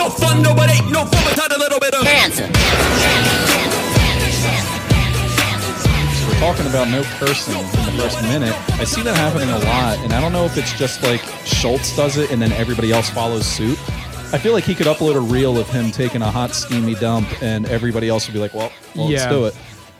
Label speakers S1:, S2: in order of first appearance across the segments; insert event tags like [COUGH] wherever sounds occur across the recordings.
S1: of fun, no, but ain't no fun without a little bit of
S2: Cancer.
S3: talking about no cursing in the first minute. I see that happening a lot, and I don't know if it's just like Schultz does it and then everybody else follows suit. I feel like he could upload a reel of him taking a hot steamy dump, and everybody else would be like, "Well, well let's
S4: Yeah.
S3: do it."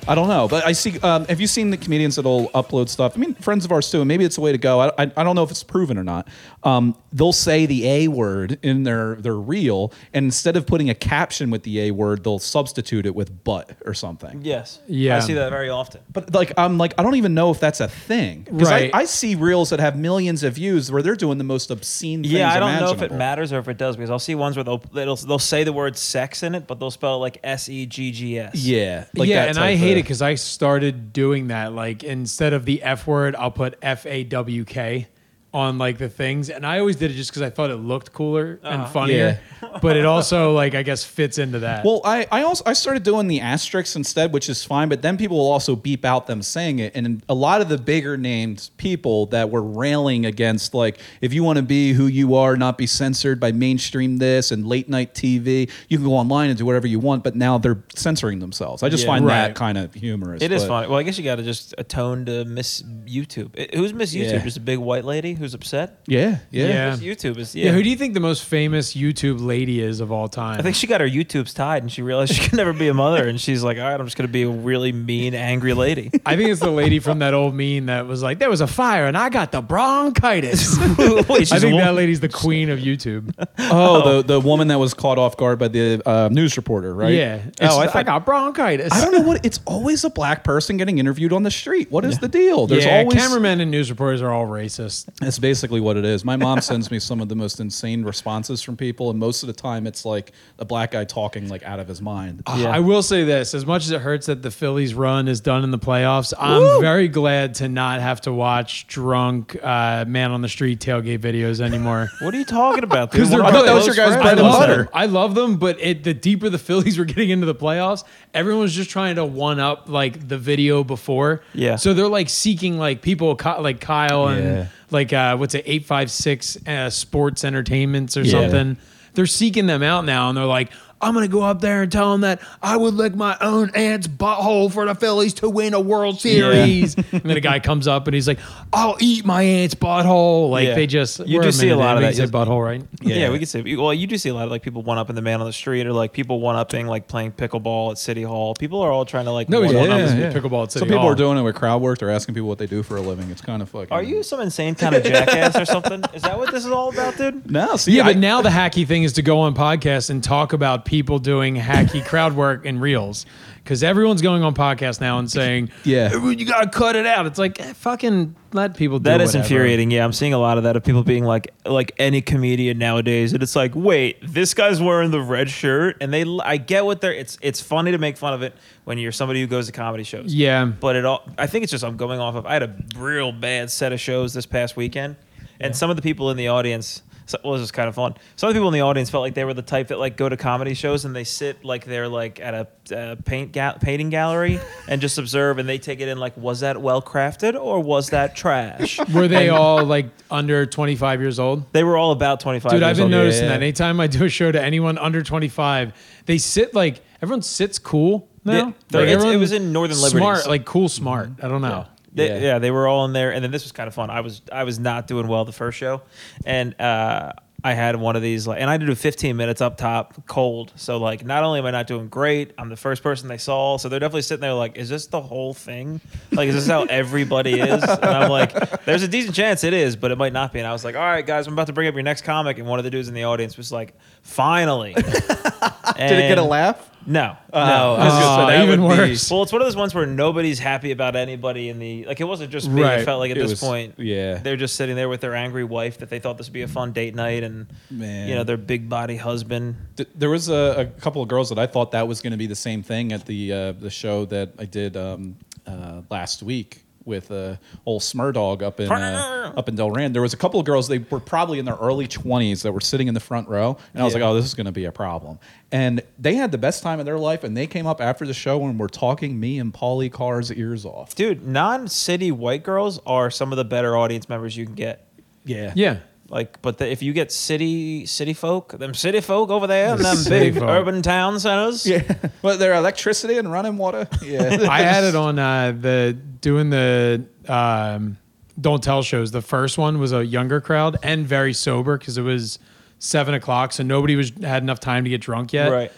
S3: I don't know, but I see. Um, have you seen the comedians that'll upload stuff? I mean, friends of ours too, and maybe it's a way to go. I, I, I don't know if it's proven or not. Um, they'll say the A word in their their reel, and instead of putting a caption with the A word, they'll substitute it with "butt" or something
S5: Yes.
S4: Yeah.
S5: I see that very often.
S3: but like I'm like I don't even know if that's a thing. 'Cause
S4: Right.
S3: I, I see reels that have millions of views where they're doing the most obscene. things
S5: Yeah, I don't know if it
S3: imaginable.
S5: matters or if it does because I'll see ones where they'll they'll, they'll say the word sex in it, but they'll spell it like S E G G S.
S3: Yeah,
S4: yeah,
S3: that
S4: and I
S3: type
S4: hate
S3: of-
S4: it because I started doing that. Like instead of the F word, I'll put F A W K on like the things, and I always did it just because I thought it looked cooler and funnier. [LAUGHS] but it also like I guess fits into that.
S3: Well, I, I also I started doing the asterisks instead, which is fine, but then people will also beep out them saying it. And a lot of the bigger named people that were railing against like if you want to be who you are, not be censored by mainstream this and late night TV, you can go online and do whatever you want, but now they're censoring themselves. I just
S5: Yeah.
S3: find that
S4: Right.
S3: kind of humorous.
S5: It is
S3: but-
S5: funny. Well, I guess you got to just atone to Miss YouTube. It- who's Miss YouTube?
S3: Yeah.
S5: Just a big white lady who's upset.
S3: Yeah, yeah.
S4: Yeah.
S5: Miss YouTube is yeah.
S4: yeah. who do you think the most famous YouTube lady is of all time?
S5: I think she got her YouTubes tied and she realized she could never be a mother and she's like, all right, I'm just gonna be a really mean,
S3: [LAUGHS]
S5: angry lady.
S4: I think it's the lady from that old meme that was like, "There was a fire and I got
S3: [LAUGHS]
S4: the bronchitis." [LAUGHS] I
S5: Wait, she's a
S4: think that
S5: woman?
S4: lady's the queen of YouTube.
S3: Oh, the the woman that was caught off guard by the uh, news reporter, right?
S4: Yeah.
S3: It's-
S4: oh, I,
S3: I,
S4: think I got bronchitis.
S3: I don't know what. It's always a black person getting interviewed on the street. What is the deal? There's
S4: yeah,
S3: always.
S4: cameramen and news reporters are all racist.
S3: That's basically what it is. My mom sends me some of the most insane responses from people, and most of the time it's like a black guy talking like out of his mind.
S4: Uh, I will say this: as much as it hurts that the Phillies' run is done in the playoffs, I'm very glad to not have to watch drunk uh, man on the street tailgate videos anymore.
S5: What are you talking about?
S3: [LAUGHS]
S5: dude?
S4: Because they're
S5: One of
S3: I thought
S5: our
S3: that was
S5: close
S3: your guys'
S5: friends.
S3: bread
S4: I
S3: and
S4: love
S3: butter.
S4: them. I love them, but it, the deeper the [LAUGHS] Phillies were getting into the playoffs, everyone was just trying to one up like the video before.
S5: Yeah.
S4: So they're like seeking like people Ky- like Kyle and
S3: Yeah.
S4: like uh, what's it eight five six uh, Sports Entertainments or
S3: Yeah.
S4: something. They're seeking them out now, and they're like. I'm gonna go up there and tell them that I would lick my own aunt's butthole for the Phillies to win a World Series. and then a guy comes up and he's like, "I'll eat my aunt's butthole." Like
S5: Yeah.
S4: they just
S5: You
S4: we're
S5: do see a
S4: minute
S5: lot
S4: in,
S5: of
S4: we
S5: that.
S4: can say butthole, right?
S5: Yeah. we could say. Well, you do see a lot of like people one up in the man on the street, or like people one upping like playing pickleball at city hall. People are all trying to like
S4: No,
S5: one
S4: yeah,
S5: up.
S4: yeah. pickleball at
S3: Some
S4: City
S3: people
S4: Hall.
S3: are doing it with crowd work. They're asking people what they do for a living. It's kind of fucking.
S5: Are you some insane kind of jackass or something? Is that what this is all about, dude?
S3: No, see,
S4: Yeah,
S3: I-
S4: but now the hacky thing is to go on podcasts and talk about people doing hacky crowd work and reels because everyone's going on podcasts now and saying,
S3: Yeah.
S4: "Everyone, you gotta cut it out." It's like eh, fucking let people. do
S5: That is
S4: whatever.
S5: infuriating. Yeah, I'm seeing a lot of that of people being like, like any comedian nowadays, and it's like, wait, this guy's wearing the red shirt, and they, I get what they're. It's it's funny to make fun of it when you're somebody who goes to comedy shows.
S4: Yeah,
S5: but it all i think it's just i'm going off of i had a real bad set of shows this past weekend and some of the people in the audience so, well, this was kind of fun. Some of the people in the audience felt like they were the type that like go to comedy shows and they sit like they're like at a uh, paint ga- painting gallery and just observe and they take it in like was that well crafted or was that trash?
S4: were they all like under twenty five years old?
S5: they were all about twenty five.
S4: Dude, I've been
S3: old.
S4: noticing
S3: Yeah, yeah.
S4: that. Anytime I do a show to anyone under twenty five, they sit like everyone sits cool now.
S5: Yeah,
S4: Like,
S5: they're- it's- it
S4: everyone
S5: was in Northern Liberties.
S4: Smart, like cool, smart. I don't know.
S5: They,
S3: Yeah.
S5: yeah. they were all in there, and then this was kind of fun. I was I was not doing well the first show, and uh, I had one of these, like, and I had to do 15 minutes up top, cold. So like, not only am I not doing great, I'm the first person they saw, so they're definitely sitting there like, is this the whole thing? Like, is this how everybody is? And I'm like, there's a decent chance it is, but it might not be. And I was like, all right, guys, I'm about to bring up your next comic, and one of the dudes in the audience was like,
S3: [LAUGHS]
S5: finally. Did
S3: Did it get a laugh?
S5: No.
S3: Oh,
S5: no.
S3: I was gonna say,
S4: Oh,
S3: that
S4: even
S3: would be-
S4: worse.
S5: Well, it's one of those ones where nobody's happy about anybody in the like. It wasn't just me.
S4: Right.
S5: It felt like at
S3: It
S5: this
S3: was-
S5: point,
S3: yeah.
S5: they're just sitting there with their angry wife that they thought this would be a fun date night, and
S3: Man.
S5: you know their big body husband.
S3: Th- there was a, a couple of girls that I thought that was going to be the same thing at the uh, the show that I did um, uh, last week with uh, old Smurdog up in uh, up in Del Rand. There was a couple of girls they were probably in their early twenties that were sitting in the front row, and I was
S5: Yeah.
S3: like, "Oh, this is going to be a problem." And they had the best time of their life, and they came up after the show and were talking me and Polly Carr's ears off.
S5: Dude, non-city white girls are some of the better audience members you can get.
S3: Yeah,
S4: Yeah.
S5: Like, but the, if you get city city folk, them city folk over there, and them
S4: City
S5: big
S4: folk.
S5: urban town centers,
S3: [LAUGHS] But their electricity and running water.
S5: [LAUGHS]
S3: Yeah.
S4: I had it on uh, the doing the um, don't tell shows. The first one was a younger crowd and very sober because it was seven o'clock, so nobody was had enough time to get drunk yet.
S5: Right.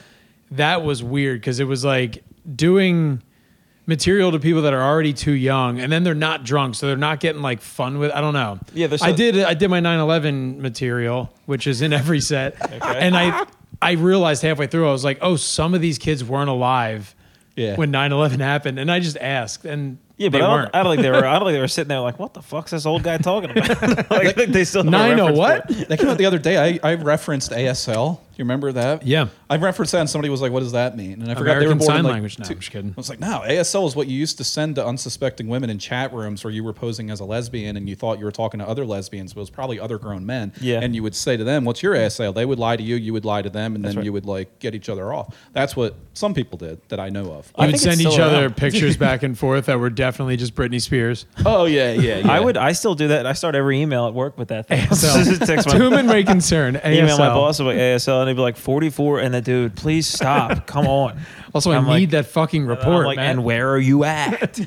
S4: That was weird because it was like doing material to people that are already too young, and then they're not drunk, so they're not getting like fun with. I don't know.
S5: Yeah, there's
S4: I
S5: so-
S4: did. I did my 9/11 material, which is in every
S5: [LAUGHS]
S4: set, and I. I realized halfway through, I was like, oh, some of these kids weren't alive
S3: Yeah.
S4: when 9-11 happened and i just asked and
S5: yeah. But
S4: they
S5: I don't,
S4: weren't
S5: I don't think they were. I don't think they were sitting there like, what the fuck's this old guy talking about? [LAUGHS] like, I think they still have a
S4: nine oh
S5: reference
S4: what
S3: that came out the other day. I, I referenced ASL. Do you remember that?
S4: Yeah.
S3: I referenced that, and somebody was like, "What does that mean?" And I forgot they were
S4: American
S3: born in,
S4: Sign
S3: like,
S4: Language. No,
S3: two-
S4: I'm just kidding.
S3: I was like, "No, ASL is what you used to send to unsuspecting women in chat rooms where you were posing as a lesbian and you thought you were talking to other lesbians, but it was probably other grown men."
S5: Yeah.
S3: And you would say to them, "What's your ASL?" They would lie to you. You would lie to them, and then you would like get each other off. That's what some people did that I know of.
S4: we
S5: I
S4: would
S5: think it's
S4: send each
S5: still
S4: other
S5: around. [LAUGHS]
S4: pictures back and forth that were definitely just Britney Spears.
S3: oh yeah, yeah.
S4: [LAUGHS]
S3: yeah.
S5: I would. I still do that. I start every email at work with that. Thing.
S4: So,
S5: Just text [LAUGHS]
S4: to
S5: my,
S4: whom it may concern,
S5: email my
S4: ASL.
S5: boss about ASL, and he'd be like, "44," and the dude, please stop. Come on.
S4: Also, I
S5: I'm
S4: need
S5: like-
S4: that fucking
S5: And I'm
S4: report,
S5: like,
S4: man.
S5: and where are you at?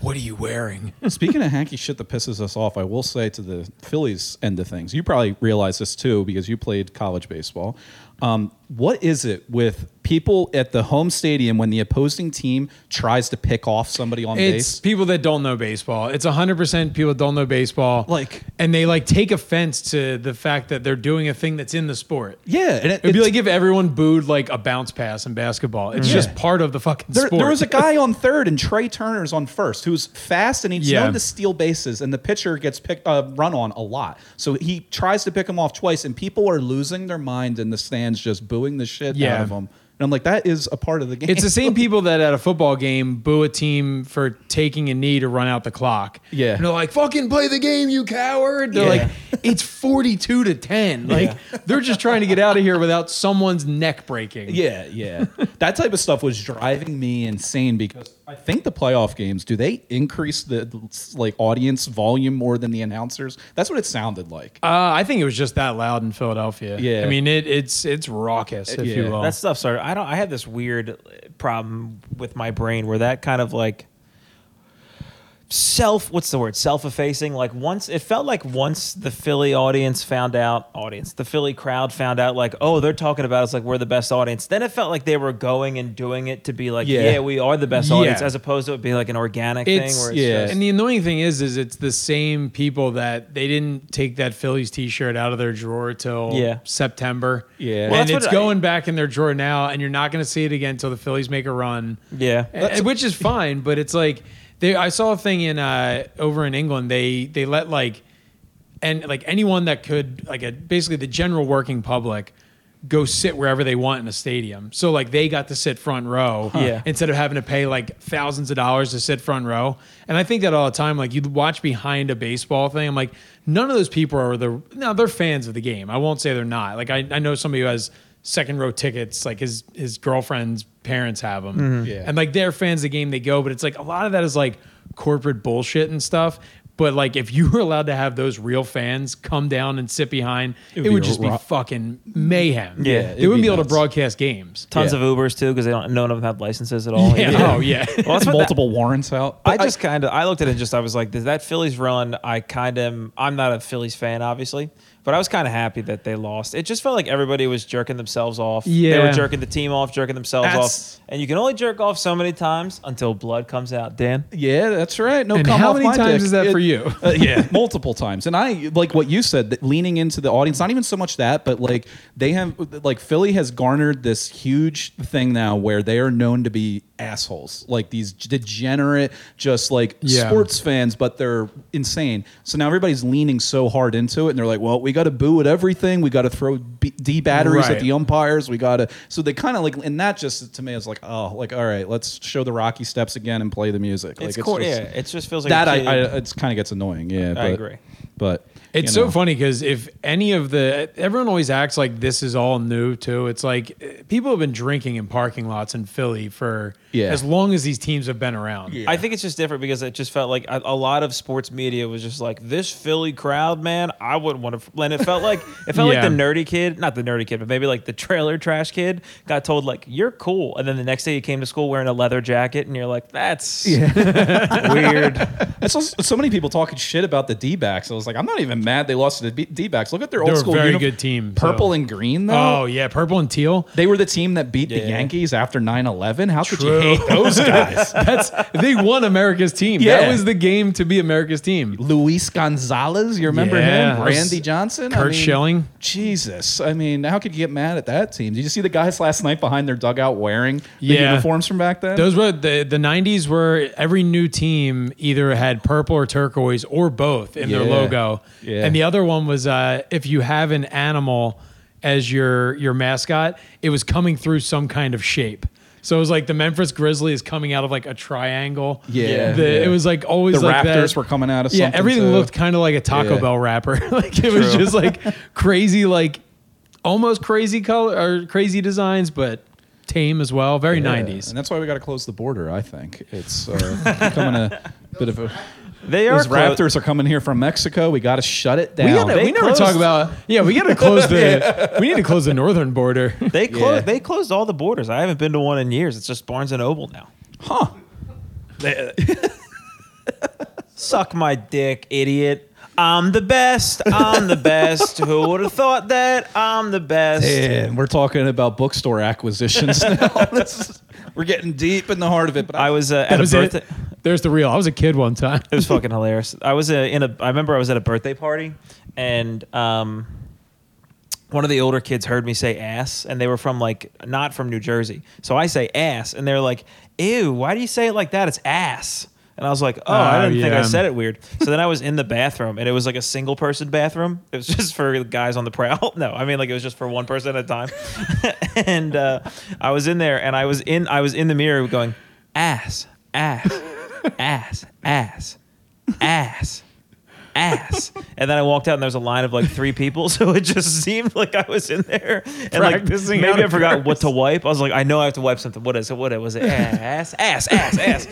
S4: what are you wearing?
S3: Speaking of hacky shit that pisses us off, I will say to the Phillies end of things, you probably realize this too because you played college baseball. Um, what is it with people at the home stadium when the opposing team tries to pick off somebody on
S4: It's
S3: base?
S4: people that don't know baseball. It's 100% people that don't know baseball.
S3: Like-
S4: and they like take offense to the fact that they're doing a thing that's in the sport.
S3: Yeah, and it-
S4: It'd be
S3: it's-
S4: like if everyone booed like a bounce pass in basketball.
S5: Mm.
S4: It's just part of the fucking
S3: There,
S4: sport.
S3: there was a guy on third and Trey Turner's on first, who's fast and he's
S4: Yeah.
S3: known to steal bases, and the pitcher gets picked uh, run on a lot. So he tries to pick him off twice, and people are losing their mind in the stands, just booing the shit out
S4: Yeah.
S3: of him. And I'm like, that is a part of the game.
S4: It's the same people that at a football game boo a team for taking a knee to run out the clock.
S3: Yeah.
S4: And they're like, fucking play the game, you coward. They're
S3: Yeah.
S4: like, it's 42 to 10. Like, they're just trying to get out of here without someone's neck breaking.
S3: Yeah, yeah. that type of stuff was driving me insane because I think the playoff games do they increase the like audience volume more than the announcers? That's what it sounded like.
S4: Uh, I think it was just that loud in Philadelphia.
S3: Yeah.
S4: I mean, it, it's it's raucous, if you
S3: Yeah.
S4: will.
S5: that stuff started. I don't. I had this weird problem with my brain where that kind of like self. What's the word? Self-effacing. Like once it felt like once the Philly audience found out, audience, the Philly crowd found out, like oh they're talking about us like we're the best audience. Then it felt like they were going and doing it to be like
S3: Yeah.
S5: yeah, we are the best
S4: Yeah.
S5: audience, as opposed to it being like an organic thing. Where it's
S3: yeah.
S5: just,
S4: and the annoying thing is, is it's the same people that they didn't take that Phillies T-shirt out of their drawer till
S5: Yeah.
S4: September.
S3: Yeah. Well,
S4: and
S5: that's
S4: it's
S5: what I-
S4: going back in their drawer now, and you're not going to see it again until the Phillies make a run.
S5: Yeah.
S4: And- which is fine, but it's like they. I saw a thing in uh, over in England. They they let like and like anyone that could like a, basically the general working public go sit wherever they want in a stadium. So like they got to sit front row
S5: Yeah.
S4: instead of having to pay like thousands of dollars to sit front row. And I think that all the time like you'd watch behind a baseball thing. I'm like none of those people are the no they're fans of the game. I won't say they're not. Like I, I know somebody who has second row tickets like his his girlfriend's parents have them.
S3: Yeah.
S4: And like they're fans of the game they go but it's like a lot of that is like corporate bullshit and stuff. But like, if you were allowed to have those real fans come down and sit behind, it would,
S3: be
S4: just
S3: ro-
S4: be fucking mayhem.
S5: Yeah,
S4: they
S3: it'd
S4: wouldn't
S3: be
S4: be, able to
S3: nuts.
S4: broadcast games.
S5: tons
S3: Yeah.
S5: of Ubers too because they don't. None of them have licenses at
S4: [LAUGHS]
S5: all.
S4: Yeah. Oh yeah.
S5: Well, that's what that-
S3: multiple warrants out.
S5: I just kind of I looked at it and just I was like, does that Phillies run? I kind of I'm not a Phillies fan, obviously, but I was kind of happy that they lost. It just felt like everybody was jerking themselves off. they
S4: Yeah.
S5: were jerking the team off, jerking themselves
S3: That's-
S5: off, and you can only jerk off so many times until blood comes out. Dan,
S3: yeah, that's right. No,
S4: And
S3: come
S4: how
S3: off
S4: many
S3: my
S4: times
S3: dick.
S4: is that
S3: It-
S4: for you?
S3: [LAUGHS] uh, yeah, multiple times. And I like what you said, that leaning into the audience. Not even so much that, but like they have, like Philly has garnered this huge thing now where they are known to be assholes, like these degenerate, just like
S4: Yeah.
S3: sports fans, but they're insane. So now everybody's leaning so hard into it, and they're like, "Well, we got to boo at everything. We got to throw B- D batteries at
S4: Right.
S3: the umpires. We got to." So they kind of like, and that just to me is like, "Oh, like all right, let's show the Rocky steps again and play the music." Like
S5: it's, cool.
S3: just-
S5: yeah, it just feels like a
S3: that I,
S5: kid-
S3: I it kind of gets annoying. Yeah, but,
S5: I agree.
S3: But
S4: It's
S3: you
S4: so
S3: know?
S4: funny because if any of the everyone always acts like this is all new too. It's like eh, people have been drinking in parking lots in Philly for
S3: Yeah.
S4: as long as these teams have been around.
S5: I think it's just different because it just felt like a, a lot of sports media was just like this Philly crowd, man. I wouldn't want to. And it felt like it felt
S4: Yeah.
S5: like the nerdy kid, not the nerdy kid, but maybe like the trailer trash kid got told like you're cool, and then the next day you came to school wearing a leather jacket, and you're like that's weird.
S3: That's also, so many people talking shit about the D backs. I was like, I'm not even mad they lost to the B- D backs. Look at their
S4: They're
S3: old
S4: a
S3: school
S4: very
S3: unif-
S4: good team, so-
S3: Purple and green, though.
S4: Oh yeah, purple and teal.
S3: They were the team that beat
S5: Yeah.
S3: the Yankees after 9 11. How could
S4: True.
S3: you
S4: [LAUGHS]
S3: hate those guys?
S4: That's they won America's team. That
S3: Yeah.
S4: was the game to be America's team.
S3: Luis Gonzalez, you remember
S4: Yeah.
S3: him? Randy Johnson, I
S4: Kurt
S3: mean,
S4: Schilling.
S3: Jesus, I mean, how could you get mad at that team? Did you see the guys last night behind their dugout wearing the
S4: Yeah.
S3: uniforms from back then?
S4: Those were the the '90s, were every new team either had purple or turquoise or both in their
S3: Yeah.
S4: logo.
S3: Yeah.
S4: And the other one was uh, if you have an animal as your your mascot, it was coming through some kind of shape. So it was like the Memphis Grizzlies coming out of like a triangle.
S3: Yeah.
S4: The-
S3: Yeah.
S4: It was like always
S3: The
S4: like that.
S3: Raptors were coming out of
S4: yeah.
S3: something,
S4: Everything
S3: too.
S4: looked kind of like a Taco
S3: Yeah.
S4: Bell wrapper. [LAUGHS] like it was just like crazy, like almost crazy color or crazy designs, but tame as well. Very
S3: Yeah,
S4: 90s.
S3: and that's why we got to close the border. I think it's
S4: [LAUGHS]
S3: uh, becoming a bit of a.
S5: They are
S3: Those
S5: clo-
S3: Raptors are coming here from Mexico. We got to shut it
S4: We,
S3: down.
S4: gotta,
S5: They
S4: we never
S5: closed-
S4: talk about. Yeah, we gotta close
S5: [LAUGHS]
S4: the. We need to close the northern border.
S5: They closed.
S3: Yeah.
S5: They closed all the borders. I haven't been to one in years. It's just Barnes and Noble now.
S3: huh?
S5: Suck my dick, idiot. I'm the best. I'm
S4: [LAUGHS]
S5: the best. Who would have thought that? I'm the best.
S3: And we're talking about bookstore
S4: [LAUGHS]
S3: acquisitions now. [LAUGHS] This is- we're getting deep in the heart of it. But I,
S5: I was uh,
S4: That
S5: at a
S4: was
S5: birthday.
S4: it. There's the real. I was a kid one time.
S5: It was fucking hilarious. I was uh, in a. I remember I was at a birthday party, and um, one of the older kids heard me say ass, and they were from like not from New Jersey. So I say ass, and they're like, "Ew, why do you say it like that? It's ass." And I was like, "Oh, I
S4: Oh,
S5: didn't think I
S4: yeah.
S5: said it weird." So then I was in the bathroom, and it was like a single person bathroom. It was just for guys on the prowl. [LAUGHS] No, I mean like it was just for one person at a time. [LAUGHS] and uh, I was in there, and I was in I was in the mirror going, "Ass, ass, ass, ass, ass." ass. And then I walked out and there was a line of like three people. [LAUGHS] So it just seemed like I was in there. And
S4: Practicing
S5: like
S4: out
S5: maybe I
S4: of
S5: forgot
S4: verse.
S5: what to wipe. I was like, I know I have to wipe something. What is it? What it was it? Ass, ass, ass, ass.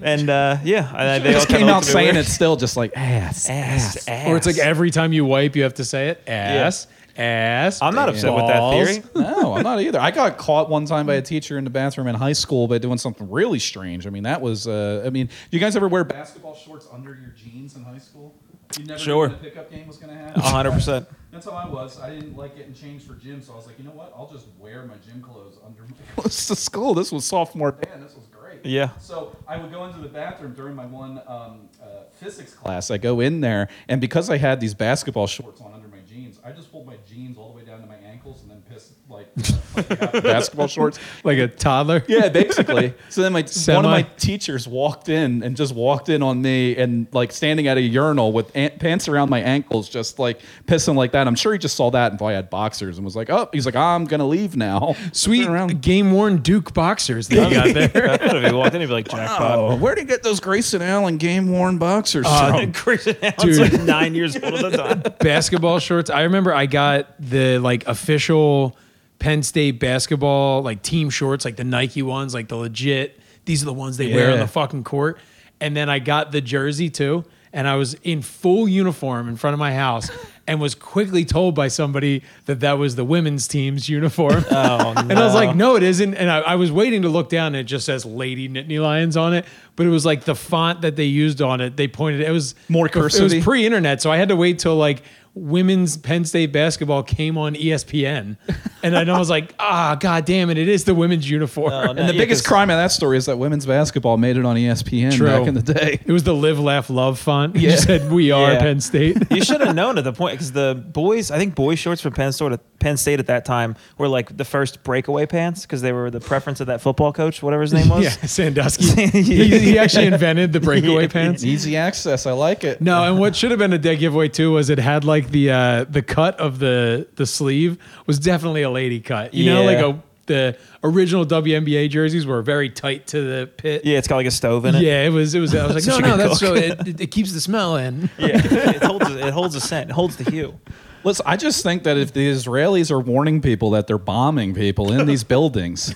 S5: And uh, yeah, and I- they all
S3: just
S5: kinda
S3: came out
S5: looked at me
S3: saying
S5: weird.
S3: it still, just like eh, ass,
S5: Ass, ass.
S4: Or it's like every time you wipe, you have to say it. Ass, ass.
S5: I'm not upset with that
S4: balls.
S5: theory.
S3: [LAUGHS] No, I'm not either. I got caught one time by a teacher in the bathroom in high school by doing something really strange. I mean, that was. Uh, I mean, do you guys ever wear basketball shorts under your jeans in high school? You never
S5: Sure.
S3: Knew
S5: Uh-huh.
S3: when the pickup game was going to happen.
S5: 100%.
S3: That's how I was. I didn't like getting changed for gym, so I was like, you know what? I'll just wear my gym clothes under my clothes to school. [LAUGHS] This was sophomore band. This was great.
S5: Yeah.
S3: So I would go into the bathroom during my one um, uh, physics class. I go in there, and because I had these basketball shorts on under my jeans, I just pulled my jeans all the way down to my ankles and then pissed like [LAUGHS] uh, basketball shorts.
S4: Like a toddler.
S3: Yeah, basically. So then my one
S4: Semi.
S3: of my teachers walked in and just walked in on me and like standing at a urinal with an- pants around my ankles, just like pissing like that. I'm sure he just saw that and probably had boxers and was like, "Oh, he's like, I'm gonna leave now."
S4: [LAUGHS] Sweet
S3: Turn
S4: [LAUGHS]
S3: around.
S4: game worn Duke boxers that you got there.
S5: [LAUGHS] I thought if he walked in, he'd be like, jackpot.
S3: Oh, where'd he get those Grayson Allen game worn boxers
S4: Uh,
S5: [LAUGHS]
S3: from?
S5: Grayson Allen's
S4: Dude.
S5: like nine years old at the time.
S4: basketball shorts. I remember I got the like official Penn State basketball like team shorts, like the Nike ones, like the legit. These are the ones they wear on
S3: Yeah.
S4: the fucking court. And then I got the jersey too, and I was in full uniform in front of my house, and was quickly told by somebody that that was the women's team's uniform.
S5: Oh,
S4: [LAUGHS] And I was like,
S5: no.
S4: no, it isn't. And I, I was waiting to look down, and it just says Lady Nittany Lions on it. But it was like the font that they used on it. They pointed it was
S3: More
S4: It was
S3: cursive-y?
S4: pre-internet, so I had to wait till like women's Penn State basketball came on E ESPN, and then I was like, [LAUGHS] ah, god damn it, it is the women's uniform.
S5: Oh, no. [LAUGHS]
S3: And the
S5: Yeah,
S3: biggest
S5: 'cause-
S3: crime of that story is that women's basketball made it on E ESPN
S4: True.
S3: back in the day.
S4: It was the live, laugh, love font. You said we are
S5: Yeah.
S4: Penn
S5: [LAUGHS]
S4: State.
S5: you should have known at the point because the boys, I think boys shorts for Penn State, Penn State at that time were like the first breakaway pants because they were the preference of that football coach, whatever his name was.
S4: yeah,
S5: [LAUGHS]
S4: Sandusky. he, he actually invented the breakaway
S3: [LAUGHS]
S4: pants.
S3: Easy access. I like it.
S4: No, and what should have been a dead giveaway too was it had like the uh, the cut of the the sleeve was definitely a lady cut. You know,
S5: Yeah.
S4: like a the original WNBA jerseys were very tight to the pit.
S5: Yeah, it's got like a stove in it.
S4: Yeah, it was. It
S3: [LAUGHS]
S4: was. I was like,
S5: So
S4: no,
S5: she
S4: no,
S5: could
S4: that's
S5: cook.
S4: so it, it, it keeps the smell in.
S5: Yeah. it, holds, it holds the scent. It holds the hue.
S3: Listen, I just think that if the Israelis are warning people that they're bombing people in
S5: [LAUGHS]
S3: these buildings,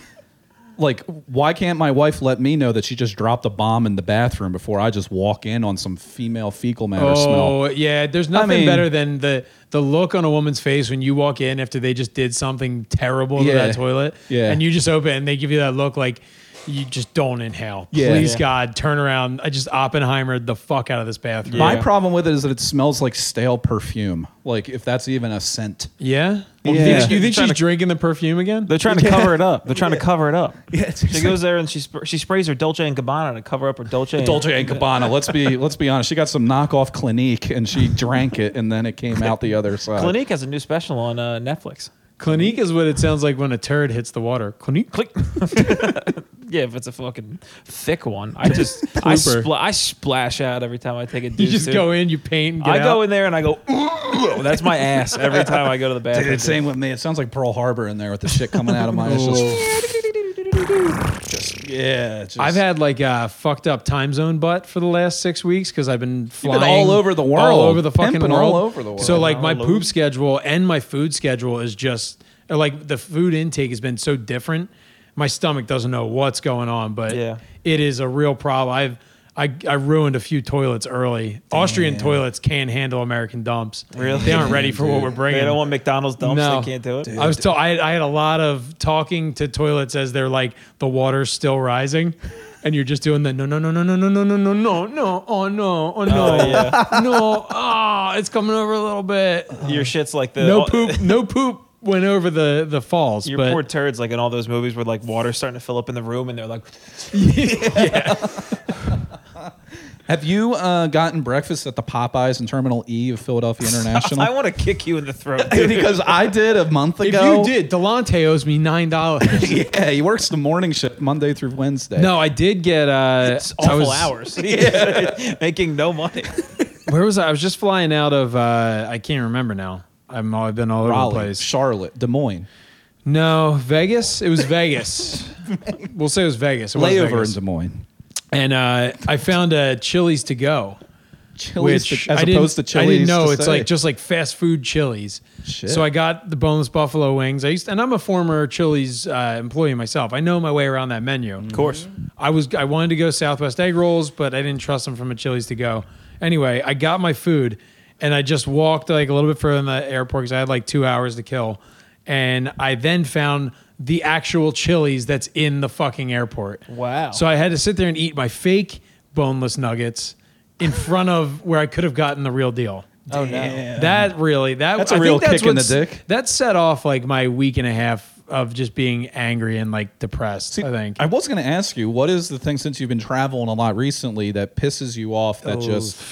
S3: like, why can't my wife let me know that she just dropped a bomb in the bathroom before I just walk in on some female fecal matter smell?
S4: Oh yeah, there's nothing
S3: mean-
S4: better than the the look on a woman's face when you walk in after they just did something terrible to
S3: Yeah.
S4: that toilet.
S3: Yeah.
S4: and you just open it and they give you that look like you just don't inhale.
S3: Yeah.
S4: Please
S3: Yeah.
S4: God, turn around. I just Oppenheimer the fuck out of this bathroom.
S3: My
S5: Yeah.
S3: problem with it is that it smells like stale perfume. Like, if that's even a scent.
S4: Yeah.
S3: Yeah.
S4: You think, you
S5: They're
S4: think
S5: trying
S4: she's
S5: to-
S4: drinking the perfume again?
S5: They're trying to cover it up. They're trying to cover it up.
S3: Yeah, it's
S5: she
S3: just
S5: goes there and she sp- she sprays her Dolce and Gabbana to cover up her Dolce. and-
S3: Dolce and Gabbana. Let's be let's be honest. She got some knockoff Clinique, and she drank it, and then it came out the other side.
S5: Clinique has a new special on uh, Netflix.
S4: Clinique is what it sounds like when a turd hits the water. Clinique.
S5: [LAUGHS] Click. yeah, if it's a fucking thick one, I just I,
S4: Pooper.
S5: spl- I splash out every time I take a.
S4: You just go in, you paint. And get
S5: I
S4: out.
S5: go in there and I go. "Ooh." That's my ass every time I go to the bathroom.
S3: Dude, same with me. It sounds like Pearl Harbor in there with the shit coming out of my. It's just, just yeah. Just,
S4: I've had like a fucked up time zone butt for the last six weeks because I've been flying
S3: all over the
S4: all
S3: world,
S4: over the fucking
S3: pimping
S4: world,
S3: all over the world.
S4: So like my
S5: All over.
S4: poop schedule and my food schedule is just or, like the food intake has been so different. My stomach doesn't know what's going on, but
S5: Yeah.
S4: it is a real problem. I've I, I ruined a few toilets early. Austrian toilets can't handle American dumps.
S5: Really?
S4: They
S3: [LAUGHS]
S4: aren't ready for what we're
S5: They
S4: bringing.
S5: don't want McDonald's dumps.
S4: No.
S5: They can't do it.
S4: I was told I, I had a lot of talking to toilets as they're like the water's still rising, and you're just doing the no no no no no no no no no no no oh no oh no [LAUGHS] no ah it's coming over a little bit.
S5: Your shit's like the
S4: No
S5: all-
S4: poop no poop went over the the falls.
S5: Your
S4: but
S5: poor turds, like in all those movies where like water's starting to fill up in the room, and they're like,
S3: Have you uh, gotten breakfast at the Popeyes in Terminal E of [LAUGHS] Philadelphia
S5: "I
S3: International?
S5: want to kick you in
S4: [LAUGHS]
S5: the throat." dude."
S3: because I did a month
S4: if
S3: ago.
S4: you did, Delonte owes me nine
S3: [LAUGHS]
S4: dollars. [LAUGHS]
S3: yeah, he works the morning shift Monday through Wednesday.
S4: no, I did get uh
S5: It's
S4: I
S5: awful
S4: was- [LAUGHS]
S5: hours, [LAUGHS] making no money.
S4: Where was I? I was just flying out of uh I can't remember now. I'm all, I've been all over
S3: Raleigh,
S4: the place.
S3: Charlotte, Des Moines,
S4: No, Vegas. It was
S3: [LAUGHS]
S4: Vegas. we'll say it was Vegas. It was
S3: layover
S4: Vegas.
S3: in Des Moines.
S4: and uh, I found a Chili's to go,
S3: Chili's
S4: which
S3: to- as
S4: I didn't,
S3: opposed to Chili's.
S4: I didn't know
S3: to
S4: it's
S3: say.
S4: like just like fast food Chili's.
S3: Shit.
S4: So I got the boneless buffalo wings. I used, and I'm a former Chili's uh, employee myself. I know my way around that menu. Of
S5: course.
S4: I was I wanted to go Southwest egg rolls, but I didn't trust them from a Chili's to go. Anyway, I got my food, and I just walked like a little bit further in the airport because I had like two hours to kill, and I then found the actual Chili's that's in the fucking airport.
S5: Wow.
S4: So I had to sit there and eat my fake boneless nuggets in front of where I could have gotten the real deal.
S5: Oh no!
S4: That really that
S3: That's
S4: a
S3: a real kick in the dick.
S4: That set off like my week and a half of just being angry and like depressed. I think
S3: I was going to ask you, what is the thing since you've been traveling a lot recently that pisses you off?
S4: Oh,
S3: That just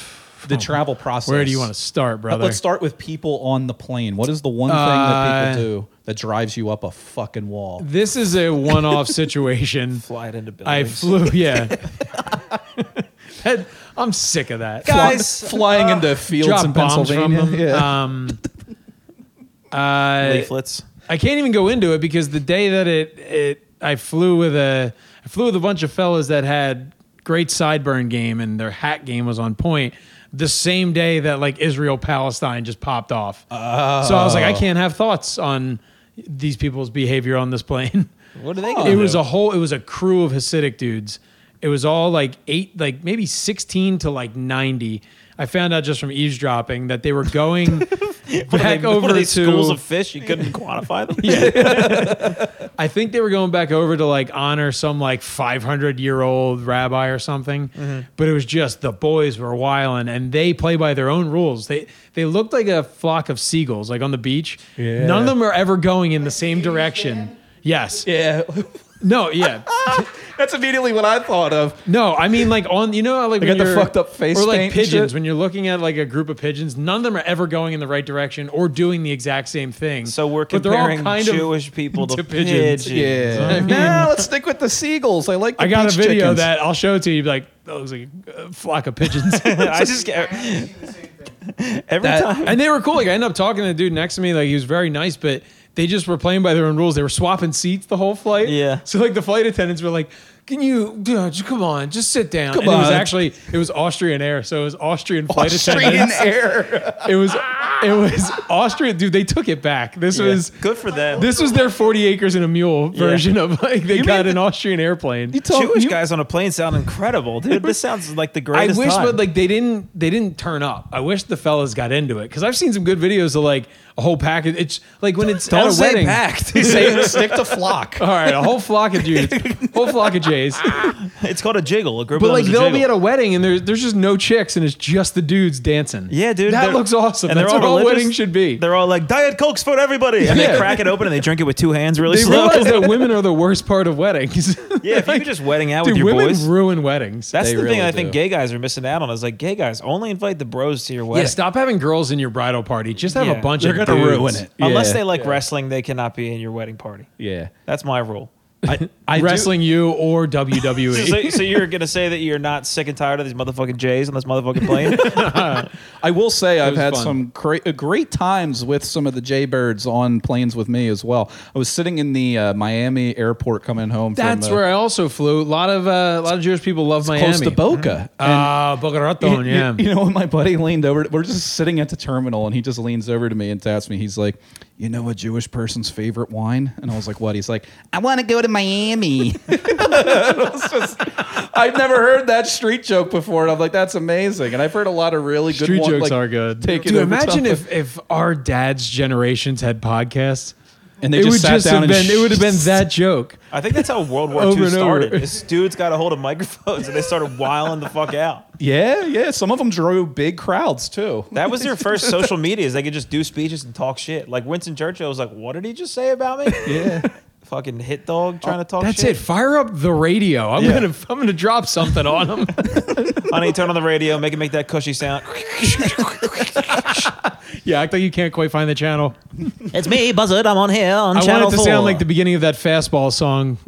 S3: the travel process.
S4: Where do you want to start, brother?
S3: Let's start with people on the plane. What is the one
S4: Uh,
S3: thing that people do that drives you up a fucking wall?
S4: This is a
S3: [LAUGHS]
S4: one-off situation.
S5: Fly it into buildings.
S4: I flew, yeah. That- I'm sick of that.
S5: Guys,
S3: Fly- flying into fields
S4: uh, Drop
S3: in
S4: bombs from
S3: Pennsylvania.
S4: them.
S3: Yeah.
S4: Um, uh, [LAUGHS]
S5: leaflets.
S4: I can't even go into it because the day that it it I flew with a I flew with a bunch of fellas that had great sideburn game and their hat game was on point. The same day that like Israel Palestine just popped off, so I was like,
S5: Oh.
S4: I can't have thoughts on these people's behavior on this plane.
S5: What are they?
S4: it was a whole it was a crew of hasidic dudes it was all like eight like maybe 16 to like 90 i found out just from eavesdropping that they were
S5: [LAUGHS]
S4: going back over
S5: what are
S4: to
S5: these schools of fish. You
S4: [LAUGHS]
S5: couldn't quantify them.
S4: i think they were going back over to like honor some like 500 year old rabbi or something
S3: Mm-hmm.
S4: but it was just the boys were wiling and they play by their own rules they they looked like a flock of seagulls like on the beach none of them are ever going in the same direction
S3: [LAUGHS]
S4: yes
S3: yeah. [LAUGHS]
S4: no yeah
S3: That's immediately what I thought of.
S4: No, I mean like on you know how, like when
S3: got the
S4: you're-
S3: fucked up face
S4: or like
S3: paint and
S4: pigeons
S3: shit?
S4: when you're looking at like a group of pigeons, none of them are ever going in the right direction or doing the exact same thing.
S5: So we're
S4: But they're all
S5: comparing
S4: kind of-
S5: Jewish people to,
S4: to pigeons.
S5: pigeons.
S3: Yeah. no, let's stick with the seagulls. I like. The
S4: I got a
S3: beach
S4: video
S3: chickens.
S4: that I'll show it to you. You'd be like, that looks like a flock of pigeons. [LAUGHS]
S5: [LAUGHS] I just get every time.
S4: and they were cool. Like I ended up talking to the dude next to me. Like he was very nice, but they just were playing by their own rules. They were swapping seats the whole flight.
S5: Yeah.
S4: So like the flight attendants were like, "Can you dude, just come on, just sit down?"
S3: Come
S4: and it was
S3: on.
S4: actually it was Austrian Air, so it was Austrian flight
S3: Austrian
S4: attendants.
S3: air.
S4: It was it was Austrian. Dude, they took it back. This was
S5: Good for them.
S4: This was their forty acres and a mule version of like they got an Austrian airplane.
S3: tell-
S5: Jewish
S3: you-
S5: guys on a plane sound incredible, dude. This sounds like the
S4: I
S5: greatest.
S4: wish,
S5: time.
S4: but like they didn't they didn't turn up. I wish the fellas got into it because I've seen some good videos of like a whole package. It's like when it's at
S5: don't
S4: a
S5: say
S4: wedding. [LAUGHS]
S5: packed.
S3: Say, stick to flock.
S4: All right, a whole flock of
S5: [LAUGHS]
S4: Jews, whole flock of Jays.
S5: it's called a jiggle. A group
S4: But
S5: of
S4: like
S5: them is
S4: they'll be at
S5: jiggle.
S4: a wedding and there's there's just no chicks and it's just the dudes dancing.
S5: yeah, dude.
S4: that
S5: they're-
S4: looks awesome.
S5: And
S4: That's
S5: they're
S4: what
S5: all
S4: all
S5: religious.
S4: weddings should be.
S5: They're all like diet cokes for everybody, and
S4: Yeah.
S5: they crack it open and they drink it with two hands
S4: [LAUGHS]
S5: really
S4: They
S5: slow.
S4: realize
S5: [LAUGHS]
S4: that women are the worst part of weddings.
S5: yeah, if you could just wedding out with
S4: Dude,
S5: your
S4: women
S5: boys.
S4: ruin weddings.
S5: That's
S3: They
S5: the thing
S3: really
S5: I think
S3: do.
S5: gay guys are missing out on. Is like gay guys only invite the bros to your wedding.
S4: yeah, stop having girls in your bridal party. Just have
S5: Yeah.
S4: a bunch
S3: They're
S4: of
S3: gonna
S4: dudes.
S3: ruin it.
S5: Unless
S3: Yeah.
S5: they like wrestling, they cannot be in your wedding party.
S3: Yeah.
S5: That's my rule. [LAUGHS]
S3: I, I do-
S4: Wrestling
S3: [LAUGHS]
S4: you or E. WWE.
S5: so, so you're gonna say that you're not sick and tired of these motherfucking Jays on this motherfucking
S4: [LAUGHS]
S5: plane?
S3: I will say I've
S4: was
S3: had
S4: fun.
S3: some cra- uh, great times with some of the Jaybirds on planes with me as well. I was sitting in the uh, Miami airport coming home.
S4: That's
S3: from, uh,
S4: where I also flew. A lot of uh, a lot of Jewish people love Miami.
S3: close to Boca. And-
S4: Ah, Boca Raton,
S3: you,
S4: yeah.
S3: you, you know, when my buddy leaned over, we're just sitting at the terminal, and he just leans over to me and taps me. He's like, "You know a Jewish person's favorite wine?" And I was like, "What?" He's like, "I want to go to Miami." [LAUGHS] And I was just- I've never heard that street joke before, and I'm like, "That's amazing." And I've heard a lot of really good
S4: Street
S3: one-
S4: jokes
S3: like,
S4: are good.
S3: Take it
S4: Dude,
S3: over
S4: imagine
S3: top
S4: if if our dad's generations had podcasts,
S3: And they just sat down
S4: have
S3: and
S4: been,
S3: sh-
S4: it would
S3: [LAUGHS]
S4: have been that joke.
S5: I think that's how World
S4: [LAUGHS]
S5: War
S4: Over
S5: II
S4: and over.
S5: started. This dude's got a hold of microphones and they started wiling the fuck out.
S3: Yeah, yeah. Some of them drew big crowds too.
S5: That was their first social media. Is they could just do speeches and talk shit. Like Winston Churchill was like, "What did he just say about me?"
S3: Yeah.
S5: [LAUGHS] Fucking hit dog trying to talk.
S4: Oh, That's
S5: shit.
S4: it. Fire up the radio. I'm gonna I'm gonna drop
S3: [LAUGHS]
S4: something on him.
S5: [LAUGHS] Honey, turn on the radio. Make it make that cushy sound.
S4: yeah, act like you can't quite find the channel.
S5: [LAUGHS] it's me, Buzzard. I'm on here on
S4: I want it to sound like the beginning of that fastball song.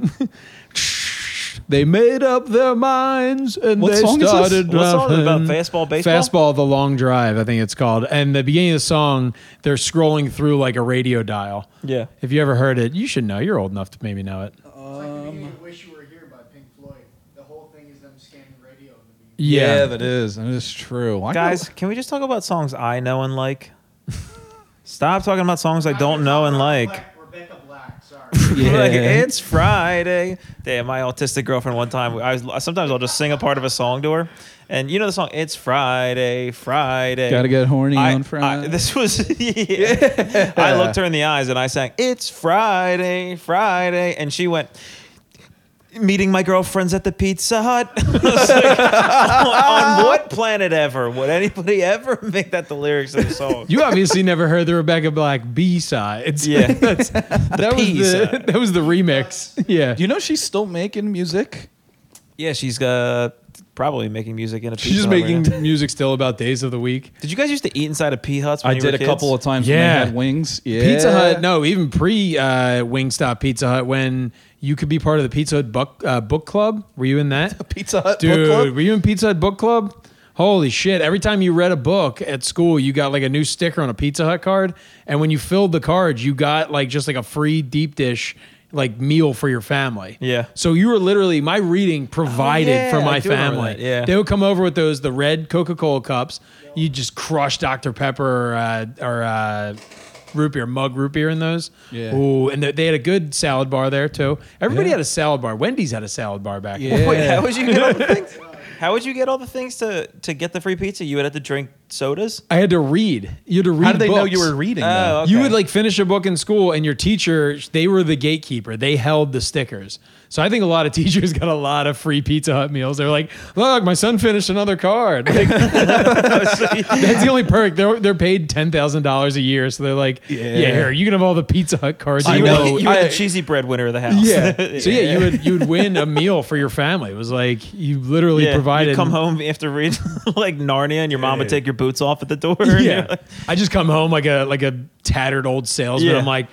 S4: They made up their minds and
S3: What
S4: they
S3: song is this?
S4: started.
S5: What song is it about?
S4: laughing.
S5: Fastball baseball?
S4: Fastball, the long drive, I think it's called. And the beginning of the song, they're scrolling through like a radio dial.
S5: Yeah.
S4: If you ever heard it, you should know. You're old enough to maybe know it.
S2: It's like the beginning of Wish You Were Here by Pink Floyd. The whole thing is them scanning radio in the beginning.
S3: Yeah, that is. That is true. I
S5: [LAUGHS] Guys, can we just talk about songs I know
S4: [LAUGHS]
S5: and like? Stop talking about songs I don't know and like.
S2: Rebecca Black, sorry.
S3: Yeah.
S5: [LAUGHS] Like, it's Friday. Damn, my autistic girlfriend. One time, I was sometimes I'll just sing a part of a song to her, and you know the song. It's Friday, Friday.
S3: Gotta get horny
S5: I-
S3: on Friday.
S5: I- this was. [LAUGHS] yeah. I looked her in the eyes and I sang, "It's Friday, Friday," and she went. Meeting my girlfriends at the Pizza Hut. [LAUGHS] I was like, on, on what planet ever would anybody ever [LAUGHS] make that the lyrics of the song?
S4: You obviously never heard the Rebecca Black B sides. [LAUGHS]
S5: Yeah. [LAUGHS]
S4: That's, that, was the, [LAUGHS]
S5: B-side.
S4: that was the remix. Yeah.
S3: Do you know she's still making music?
S5: yeah, she's uh, probably making music in a pizza
S4: She's just
S5: hut right now.
S4: making music still about days of the week.
S5: Did you guys used to eat inside of pea huts? When
S3: I
S5: you
S3: did
S5: were
S3: a couple of
S5: kids?
S3: times when
S4: Yeah.
S3: they had wings. Yeah.
S4: Pizza Hut, no, even pre uh, Wingstop Pizza Hut, when you could be part of the Pizza Hut buck, uh, book club. Were you in
S5: [LAUGHS]
S4: that?
S3: Pizza Hut book
S4: Dude,
S3: club?
S4: were you in Pizza Hut book club? Holy shit. Every time you read a book at school, you got like a new sticker on a Pizza Hut card. And when you filled the card, you got like just like a free deep dish like meal for your family.
S5: Yeah. Oh,
S4: So you were literally my reading provided
S5: yeah,
S4: for my
S5: I do remember
S4: family.
S5: that, yeah.
S4: They would come over with those the red Coca-Cola cups. You just crush Dr. Pepper or uh, or uh, root beer mug root beer in those.
S3: Yeah.
S4: Ooh, and they- they had a good salad bar there too. Everybody
S3: Yeah.
S4: had a salad bar. Wendy's had a salad bar back.
S3: Yeah.
S4: then.
S5: Wait, how would you get
S3: [LAUGHS]
S5: all the things? How would you get all the things to to get the free pizza? You would have to drink sodas.
S4: I had to read. You had to read.
S3: How did they know
S4: books.
S3: you were reading?
S5: Oh,
S3: though?
S5: okay.
S4: You would like finish a book in school, and your teacher, they were the gatekeeper. They held the stickers. So I think a lot of [LAUGHS] teachers got a lot of free Pizza Hut meals. They're like, look, my son finished another card. [LAUGHS]
S3: [LAUGHS]
S4: Like, that's the only perk. They're, they're paid $10,000 a year. So they're like, yeah, here, you can have all the Pizza Hut cards.
S5: you
S4: you
S5: were,
S4: want."
S5: the- you were
S3: I-
S5: the cheesy bread winner of the house. [LAUGHS]
S4: Yeah. So yeah, you would you would win a meal for your family. It was like you literally
S5: Yeah,
S4: provided.
S5: You come home after reading [LAUGHS] like Narnia, and your mom would take your boots off at the door. and you're
S4: Yeah.
S5: like-
S4: I just come home like a like a tattered old salesman.
S5: Yeah. Uh-huh.
S4: I'm like,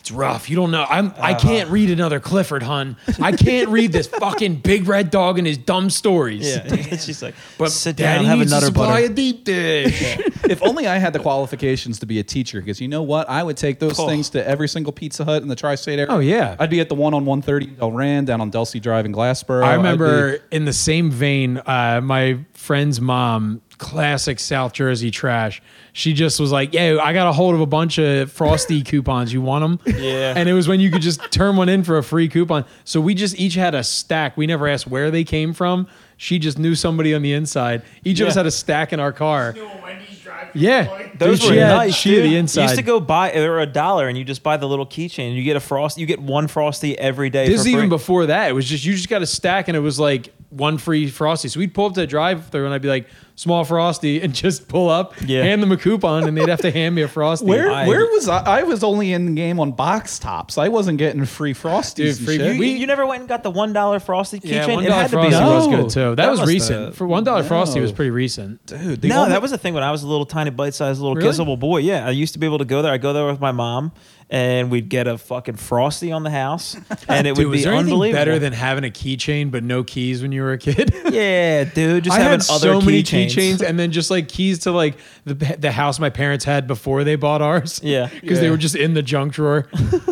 S4: It's rough. You don't know. I'm. I can't read another Clifford, hun. I can't read
S5: [LAUGHS]
S4: this fucking big red dog and his dumb stories.
S5: Yeah, she's like,
S4: But
S5: sit
S4: Daddy
S5: down, have
S4: needs to
S5: another
S4: supply
S5: butter.
S4: a deep dish.
S3: [LAUGHS] if only I had the qualifications to be a teacher, because you know what? I would take those
S5: Oh.
S3: things to every single Pizza Hut in the tri state area.
S4: Oh, yeah.
S3: I'd be at the one on 130 Del Rand down on Delsey Drive in Glassboro.
S5: uh,
S4: I
S3: I'd
S4: remember
S3: be-
S4: in the same vein, uh, my friend's mom, classic South Jersey trash. She just was like, "Yo, I got a hold of a bunch of
S5: [LAUGHS]
S4: frosty coupons. You want them?"
S5: Yeah.
S4: And it was when you could just turn one in for a free coupon. So we just each had a stack. We never asked where they came from. She just knew somebody on the inside. Each of us
S5: Yeah.
S4: had a stack in our car.
S2: Do a Wendy's drive
S4: Yeah.
S5: Those
S4: Dude,
S5: were
S4: she had-
S5: nice.
S4: she had
S5: dude.
S4: the
S5: You used
S4: inside.
S5: to go buy they were a dollar, and you just buy the little keychain. and You get a frost. You get one frosty every day.
S4: This is
S5: for
S4: even
S5: free.
S4: before that. It was just you just got a stack and it was like one free frosty. So we'd pull up to the drive through and I'd be like, small frosty, [LAUGHS] and just pull up,
S5: Yeah.
S4: hand them a coupon, and they'd have to hand me a frosty.
S3: Where,
S5: I-
S3: where was I? I was only in the game on box tops. I wasn't getting free Frosties.
S4: Dude,
S3: and
S4: free-
S3: shit.
S5: You,
S4: we-
S5: you never went and got the one dollar frosty keychain.
S4: yeah, one
S5: it
S4: dollar
S5: had to
S4: frosty
S5: be
S3: No.
S4: was good too. That,
S3: That
S4: was,
S3: was
S4: recent.
S3: the-
S4: For one dollar frosty
S3: No.
S4: was pretty recent.
S3: Dude, the
S5: No,
S3: only-
S5: that was the thing when I was a little tiny bite-sized little
S4: Really?
S5: kissable boy. Yeah, I used to be able to go there. I go there with my mom, and we'd get a fucking frosty on
S4: [LAUGHS]
S5: the house, and it would
S4: Dude,
S5: be
S4: was there anything
S5: unbelievable.
S4: better than having a keychain but no keys when you were a
S5: [LAUGHS]
S4: kid?
S5: yeah, dude. Just
S4: I
S5: having
S4: had
S5: other
S4: so many keychains
S5: keychains.
S4: and then just like keys to like the the house my parents had before they bought ours. [LAUGHS]
S5: Yeah.
S4: because they
S3: Yeah.
S4: were just in the
S3: [LAUGHS]
S4: junk drawer.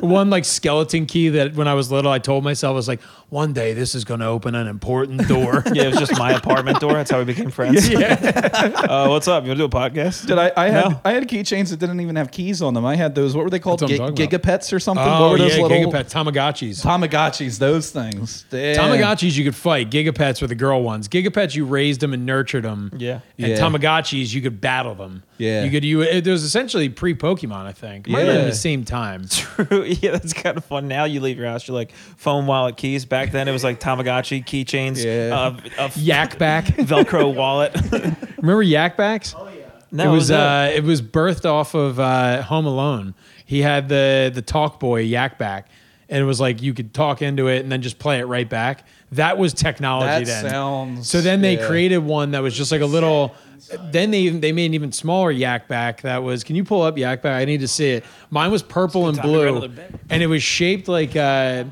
S4: one like skeleton key that when I was little, I told myself I was like, one day this is going to open an important
S3: [LAUGHS]
S4: door.
S5: Yeah, it was just my apartment door. That's how we became
S4: [LAUGHS]
S5: friends.
S4: yeah,
S5: [LAUGHS] Uh, what's up? You want to do a podcast? [LAUGHS]
S3: Did I, I had
S5: No.
S3: I had keychains that didn't even have keys on them. I had those. What were they called?
S4: That's
S3: Gi-
S4: what I'm talking about.
S3: gigapets or something? what
S4: oh
S3: were those
S4: yeah,
S3: little
S4: Gigapet Tamagotchis.
S3: Tamagotchis? Those things. Damn.
S4: Tamagotchis you could fight. Gigapets were the girl ones. Gigapets you raised them and nurtured them.
S5: Yeah.
S4: And
S3: Yeah.
S4: Tamagotchis you could battle them.
S3: Yeah.
S4: You could you it was essentially pre Pokemon I think. Might have been
S3: Yeah.
S4: the same time.
S5: yeah, that's kind of fun. Now you leave your house, you're like phone, wallet, keys. Back then, it was like Tamagotchi, keychains,
S3: Yeah.
S5: uh, a f-
S4: Yak back. [LAUGHS]
S5: Velcro wallet.
S4: Remember Yak backs?
S2: Oh yeah.
S5: no,
S4: it was
S5: it.
S4: uh, it was birthed off of uh, Home Alone. He had the the Talk Boy yak back, and it was like you could talk into it and then just play it right back. That was technology
S3: That
S4: then.
S3: sounds-
S4: so then they
S3: yeah.
S4: created one that was just like a little. Then they even, they made an even smaller yak back. That was can you pull up yak back? I need to see it. Mine was purple and
S5: It's gonna talk
S4: blue,
S5: around a little bit.
S4: and it was shaped like. Uh,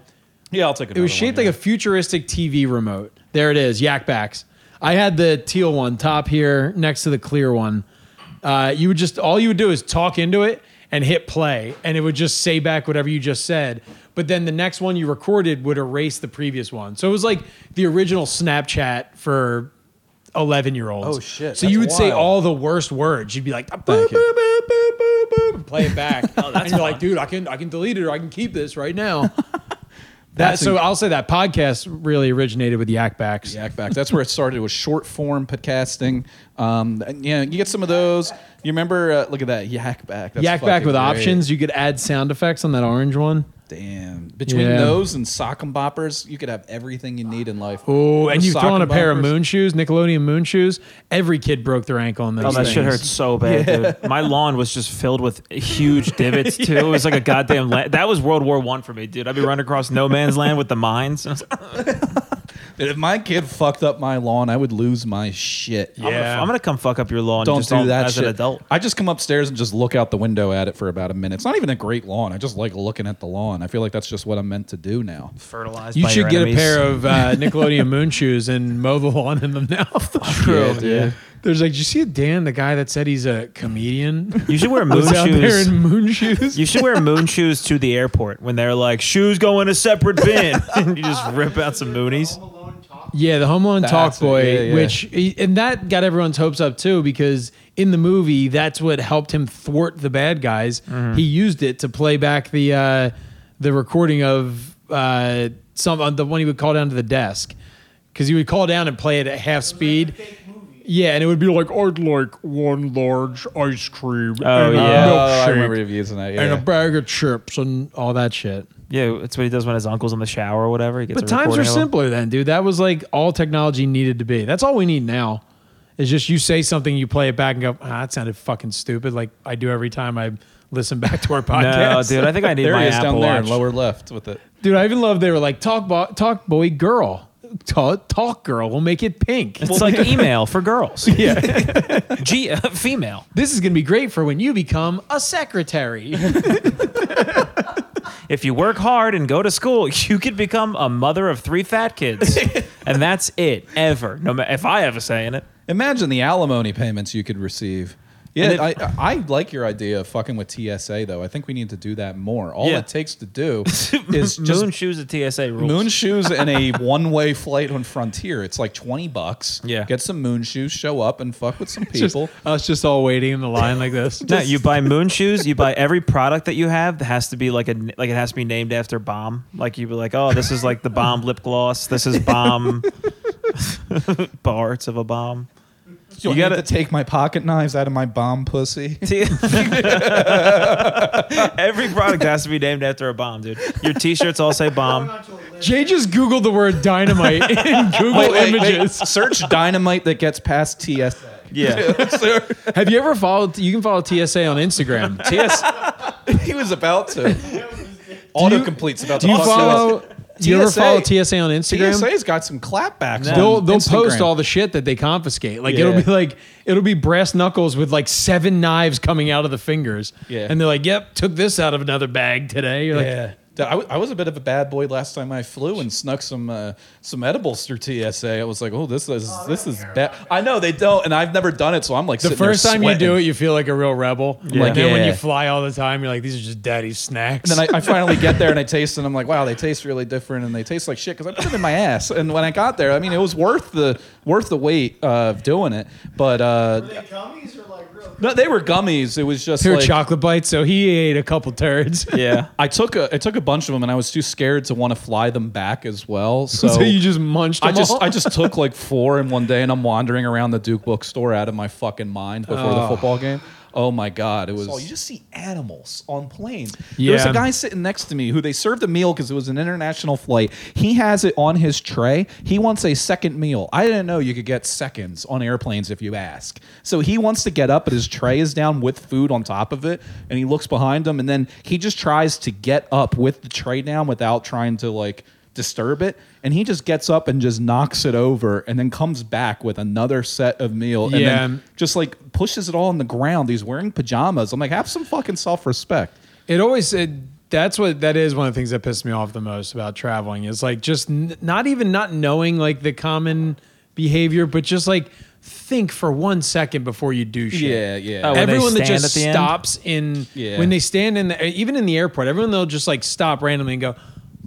S3: Yeah, I'll take
S4: it was shaped like a futuristic TV remote. There it is, yak backs. I had the teal one top here next to the clear one. Uh, you would just all you would do is talk into it and hit play, and it would just say back whatever you just said. But then the next one you recorded would erase the previous one. So it was like the original Snapchat for eleven year olds.
S3: Oh, shit,
S4: So you would
S3: that's
S4: say
S3: wild.
S4: all the worst words. You'd be like, boop, boop,
S3: Thank you.
S4: boop, boop, boop, boop, and play
S3: [LAUGHS]
S4: it back.
S3: Oh,
S4: and you're like, dude, I can I can delete it or I can keep this
S3: [LAUGHS]
S4: right now. That,
S3: That's
S4: so
S3: inc-
S4: I'll say that podcast really originated with Yak Backs.
S3: Yak back. That's where it started with short form podcasting. Um, and, yeah, you get some of those. You remember? Uh, look at that yak back. That's
S4: Yak Back
S3: fucking
S4: with
S3: great.
S4: options. You could add sound effects on that orange one.
S3: Damn. Between
S4: Yeah.
S3: those and sock and boppers, you could have everything you need in life.
S4: Oh, and
S3: The
S4: you
S3: sock
S4: throw on a
S3: and
S4: pair of
S3: boppers.
S4: moon shoes, Nickelodeon moon shoes. Every kid broke their ankle on those.
S5: Oh, that shit
S4: things.
S5: hurt so bad, dude. My lawn was just filled with huge divots too. It was like a goddamn. La- that was World War One for me, dude. I'd be running across no man's land with the mines. [LAUGHS] I'm,
S3: Dude, If my kid fucked up my lawn, I would lose my shit.
S5: gonna,
S4: Yeah.
S5: I'm gonna come fuck up your lawn.
S3: Don't
S5: just
S3: do that
S5: as
S3: shit.
S5: an adult.
S3: I just come upstairs and just look out the window at it for about a minute. It's not even a great lawn. I just like looking at the lawn. I feel like that's just what I'm meant to do now.
S5: Fertilized.
S4: You
S5: by
S4: should
S5: your
S4: get
S5: enemies.
S4: a pair of uh, Nickelodeon moon shoes and mow the lawn in them
S3: [LAUGHS]
S4: now.
S3: True, dude.
S4: There's like, did you see Dan, the guy that said he's a comedian?
S5: [LAUGHS] You
S4: [LAUGHS]
S5: should wear moon
S4: Was out there
S5: shoes.
S4: in moon
S5: [LAUGHS]
S4: shoes.
S5: you should wear moon shoes to the airport when they're like shoes go in a separate
S4: [LAUGHS]
S5: bin, [LAUGHS] and you just rip out some moonies.
S2: Home Alone talk.
S4: Yeah, the Home Alone
S3: That's
S4: Talk
S3: it,
S4: Boy,
S3: yeah, yeah.
S4: which and that got everyone's hopes up too, because in the movie, that's what helped him thwart the bad guys.
S3: Mm-hmm.
S4: He used it to play back the uh, the recording of uh, some uh, the one he would call down to the desk, because he would call down and play it at half speed.
S2: Fake movie.
S4: Yeah, and it would be like, "Oh, "I'd like one large ice cream, and
S5: yeah.
S4: a
S3: Oh,
S4: milkshake,
S3: I remember reviews on that. Yeah.
S4: and a bag of chips, and all that shit."
S5: Yeah, that's what he does when his uncle's in the shower or whatever. He gets
S4: But
S5: a
S4: times were
S5: recording of him.
S4: simpler then, dude. That was like all technology needed to be. That's all we need now. Is just you say something, you play it back, and go, ah, that sounded fucking stupid. Like I do every time I listen back to our
S5: No,
S4: podcast.
S5: dude, I think
S3: [LAUGHS]
S5: I need
S3: there
S5: my
S3: he is
S5: Apple
S3: down there in
S5: Watch.
S3: lower left with it.
S4: Dude, I even love they were like talk bo- talk boy girl. Talk, talk girl. We'll make it pink.
S5: It's like email for
S3: [LAUGHS]
S5: girls. Yeah, [LAUGHS] G uh, female.
S4: [LAUGHS] This is gonna be great for when you become a secretary.
S5: If you work hard and go to school, you could become a mother of three
S3: [LAUGHS]
S5: fat kids, and that's it ever. No matter if I ever say in it.
S3: Imagine the alimony payments you could receive. Yeah,
S5: And if-
S3: I, I like your idea of fucking with TSA though. I think we need to do that more. All
S5: Yeah.
S3: it takes to
S5: [LAUGHS]
S3: do is just
S5: moon shoes at TSA rules.
S3: moon shoes and a one-way flight on Frontier. It's like twenty bucks.
S5: Yeah.
S3: get some moon shoes, show up, and fuck with some
S4: [LAUGHS] Just,
S3: people.
S4: us just all waiting in the line like [LAUGHS] this.
S5: No,
S3: [LAUGHS]
S5: you buy moon shoes. You buy every product that you have that has to be like a like it has to be named after bomb. Like you be like, oh, this is like the bomb lip gloss. This is
S3: [LAUGHS]
S5: bomb [LAUGHS] parts of a bomb.
S3: you got to take my pocket knives out of my bomb pussy.
S5: T- every product has to be named after a bomb, dude. Your T-shirts all say bomb.
S2: Not to a list.
S4: Jay just Googled the word dynamite [LAUGHS] in [LAUGHS] Google Images.
S3: Search dynamite that gets past TSA.
S5: Yeah.
S4: Have you ever followed? You can follow TSA on Instagram.
S3: TS. [LAUGHS] he was about to. Autocomplete's about
S4: Do
S3: to
S4: you
S3: fuck
S4: follow? Do you ever
S3: TSA.
S4: follow TSA on Instagram?
S3: TSA's got some clapbacks. on
S4: They'll they'll post
S3: Instagram.
S4: all the shit that they confiscate. Like
S3: Yeah.
S4: it'll be like it'll be brass knuckles with like seven knives coming out of the fingers.
S3: Yeah.
S4: And they're like, "Yep, took this out of another bag today." You're like,
S3: Yeah. I, w- I was a bit of a bad boy last time I flew and snuck some uh, some edibles through TSA. I was like, oh, this is this is bad. I know they don't, and I've never done it, so I'm like
S4: The
S3: sitting there
S4: first time you do
S3: sweating.
S4: it, you feel like a real rebel.
S5: Yeah.
S4: Like then when you
S3: Yeah.
S4: fly all the time, you're like, "These are just daddy's snacks."
S3: And then I,
S4: [LAUGHS]
S3: I finally get there and I taste, and I'm like, wow, they taste really different, and they taste like shit because I put them in my ass. And when I got there, I mean, it was worth the worth the wait of doing it. But
S2: Were
S3: uh,
S2: they gummies or like real?
S3: no, they were gummies. It was just
S4: They were
S3: like,
S4: chocolate bites, so he ate a couple turds.
S3: [LAUGHS]
S5: Yeah.
S3: I took a I took a bunch of them, and I was too scared to want to fly them back as well. So,
S4: [LAUGHS] So, you just munched.
S3: I
S4: them
S3: just
S4: all?
S3: I [LAUGHS] just took like four in one day, and I'm wandering around the Duke bookstore out of my fucking mind before the football game. Oh my god, it was. you just see animals on planes. There's
S4: Yeah.
S3: a guy sitting next to me who they served a meal because it was an international flight. He has it on his tray. He wants a second meal. I didn't know you could get seconds on airplanes if you ask. So he wants to get up, but his tray is down with food on top of it, and he looks behind him, and then he just tries to get up with the tray down without trying to like disturb it and he just gets up and just knocks it over and then comes back with another set of meal and
S4: Yeah.
S3: then just like pushes it all on the ground he's wearing pajamas i'm like have some fucking self-respect
S4: It always it, that's what that is one of the things that pissed me off the most about traveling is like just n- not even not knowing like the common behavior, but just like think for one second before you do shit.
S3: Yeah, yeah. Oh,
S5: when they
S4: everyone that
S5: stand
S4: just
S5: at the end?
S4: stops in
S3: Yeah.
S4: when they stand in the, even in the airport, everyone they'll just like stop randomly and go.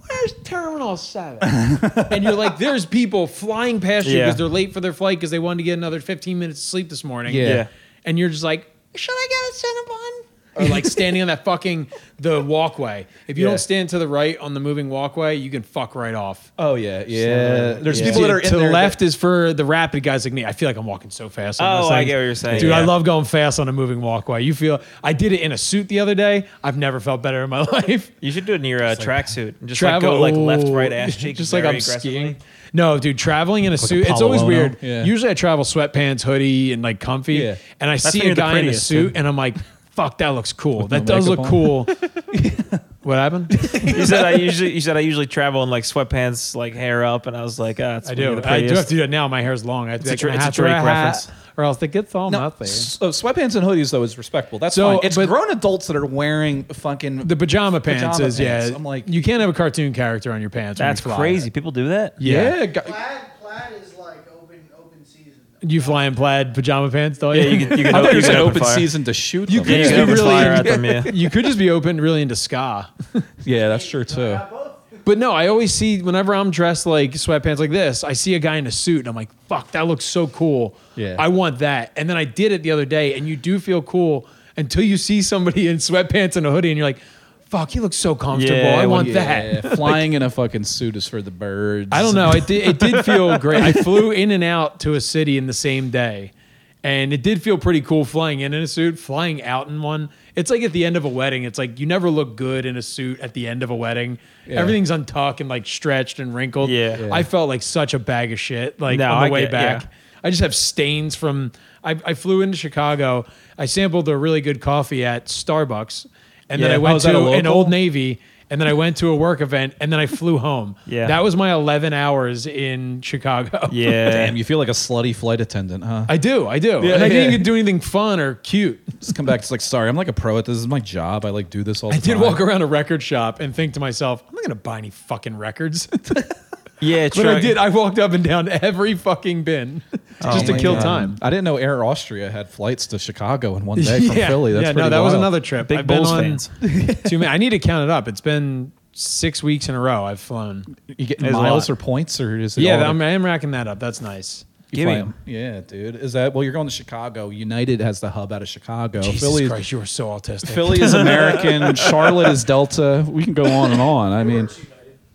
S4: Where's Terminal
S5: [LAUGHS]
S4: Seven? and you're like, there's people flying past you
S5: Yeah.
S4: because they're late for their flight because they wanted to get another 15 minutes of sleep this morning
S3: Yeah. Yeah.
S4: and you're just like, should I get a Cinnabon? Or like standing on that fucking the walkway. If you
S3: Yeah.
S4: don't stand to the right on the moving walkway, you can fuck right off.
S3: oh yeah yeah there's
S4: To-
S3: people that are in
S4: to the
S3: there
S4: left
S3: that,
S4: is for the rapid guys like me. I feel like I'm walking so fast. On
S5: Oh,
S4: those
S5: I
S4: things.
S5: get what you're saying,
S4: dude. I
S5: yeah.
S4: love going fast on a moving walkway. You feel? I did it in a suit the other day. I've never felt better in my [LAUGHS] life.
S5: You should do it in your uh, tracksuit and just like go like left,
S4: [LAUGHS]
S5: right, ass cheek,
S4: just like I'm
S5: aggressively.
S4: skiing. No, dude, traveling in a suit, it's
S3: Apollo
S4: always
S3: Ono.
S4: weird.
S3: Yeah.
S4: Usually I travel sweatpants, hoodie, and like comfy.
S3: Yeah.
S4: And I see
S5: when
S4: a
S5: you're the
S4: guy in a
S5: prettiest,
S4: suit
S5: dude.
S4: and I'm like, fuck, that looks cool. that
S3: no
S4: does look
S3: makeup
S4: cool.
S3: [LAUGHS]
S4: what happened?
S5: You said I usually you said I usually travel in like sweatpants, like hair up, and I was like, ah, it's
S4: I
S5: when you're
S4: do.
S5: the
S4: I do have
S5: prettiest.
S4: to do that now. My hair's long. I
S5: a
S4: think
S5: Dra-
S4: I
S5: it's a
S4: have to wear
S5: Drake
S4: a hat,
S5: reference.
S4: Or else it gets all
S3: no,
S4: nothing.
S3: s- uh, sweatpants and hoodies though is respectable that's
S4: So,
S3: fine it's
S4: but-
S3: grown adults that are wearing fucking
S4: The pajama pants
S3: Pajama
S4: is, yeah.
S3: pants. I'm like-
S4: you can't have a cartoon character on your pants. when
S5: That's
S4: you fly.
S5: crazy. People do that.
S3: yeah,
S4: Yeah.
S3: gu-
S2: Plaid, plaid is like open, open season. though.
S4: You fly in plaid pajama pants, don't
S5: Yeah,
S4: you?
S5: you can,
S3: I
S5: you can,
S3: thought
S5: open,
S3: you
S5: you can
S3: said
S5: open
S3: open
S5: fire.
S3: season to shoot them.
S4: could
S5: Yeah,
S4: [LAUGHS]
S5: you
S4: just
S5: can
S4: be
S5: open
S4: really-
S5: fire at
S4: [LAUGHS]
S5: them. Yeah.
S4: [LAUGHS] you could just be open really into ska.
S3: yeah, that's true
S2: I
S3: too.
S2: got both.
S4: But no, I always see whenever I'm dressed like sweatpants like this, I see a guy in a suit and I'm like, fuck, that looks so cool.
S3: Yeah.
S4: I want that. And then I did it the other day, and you do feel cool until you see somebody [LAUGHS] in sweatpants and a hoodie and you're like, fuck, he looks so comfortable.
S5: Yeah,
S4: I
S5: well,
S4: want
S3: Yeah,
S4: that.
S3: flying in a fucking suit is for the birds.
S4: I don't know. It did, it did feel great. I flew in and out to a city in the same day. And it did feel pretty cool flying in in a suit, flying out in one. It's like at the end of a wedding. It's like you never look good in a suit at the end of a wedding.
S3: Yeah.
S4: Everything's untucked and like stretched and wrinkled.
S5: Yeah. Yeah.
S4: I felt like such a bag of shit like
S5: No,
S4: on the
S5: I
S4: way
S5: get-
S4: back.
S5: yeah.
S4: I just have stains from. I, I flew into Chicago. I sampled a really good coffee at Starbucks, and then
S5: Yeah.
S4: I
S5: Oh,
S4: went
S3: is that a
S4: to an
S3: local?
S4: Old Navy, and then I went to a work event, and then I flew home.
S5: Yeah.
S4: that was my 11 hours in Chicago.
S5: Yeah.
S3: Damn, you feel like a slutty flight attendant, huh?
S4: [LAUGHS] I do, I do, and I
S3: yeah.
S4: didn't even do anything fun or cute.
S3: just come back. It's like, sorry, I'm like a pro at this. This is my job. I like do this all the
S4: I did
S3: time.
S4: walk around a record shop and think to myself, I'm not gonna buy any fucking records. [LAUGHS]
S5: yeah,
S4: but I
S5: Chuck-
S4: did. I walked up and down every fucking bin
S3: [LAUGHS]
S4: just to
S3: Oh my
S4: kill
S3: God.
S4: time.
S3: I didn't know Air Austria had flights to Chicago in one day from Philly. That's
S4: [LAUGHS] yeah,
S3: pretty
S4: no, that was
S3: wild.
S4: another trip.
S5: Big
S4: I've been
S5: Bulls
S4: on
S5: fans.
S4: [LAUGHS] Too many. I need to count it up. It's been six weeks in a row. I've flown.
S3: You get
S5: There's a
S3: miles
S5: lot.
S3: or points or is it?
S4: Yeah,
S3: all
S4: I'm,
S3: the-
S4: I am racking that up. That's nice.
S3: you
S5: Give
S3: fly
S5: me
S3: 'em. Yeah, dude. Is that well? You're going to Chicago. United has the hub out of Chicago.
S4: Jesus
S3: Philly,
S4: Christ, you are so autistic.
S3: Philly is American. Charlotte is Delta. We can go on and on. I mean,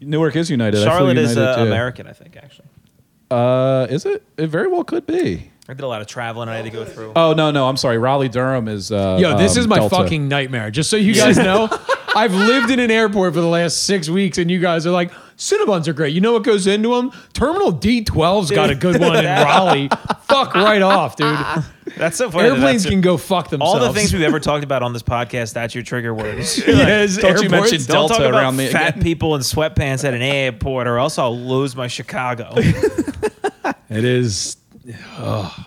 S3: Newark is United. I flew
S5: Charlotte is
S3: United,
S5: uh,
S3: too.
S5: American, I think. Actually,
S3: Uh, is it? It very well could be.
S5: I did a lot of traveling. I had to go through.
S3: Oh no, no. I'm sorry. Raleigh Durham is. Uh,
S4: Yo, this
S3: um,
S4: is my
S3: Delta.
S4: fucking nightmare. Just so you guys know,
S5: [LAUGHS]
S4: I've lived in an airport for the last six weeks, and you guys are like, Cinnabons are great. You know what goes into them? Terminal D12's got a good
S5: [LAUGHS]
S4: one in Raleigh. Fuck right off, dude.
S5: That's so funny. that
S4: Airplanes
S5: that's your-
S4: can go fuck themselves.
S5: All the things we've ever talked about on this podcast, that's your trigger
S3: [LAUGHS]
S5: words.
S4: Yes,
S3: Don't you
S4: airports.
S3: mention
S5: Don't
S3: Delta
S5: talk about
S3: around me
S5: fat
S3: again.
S5: people in sweatpants at an airport, or else I'll lose my Chicago. I
S4: It is.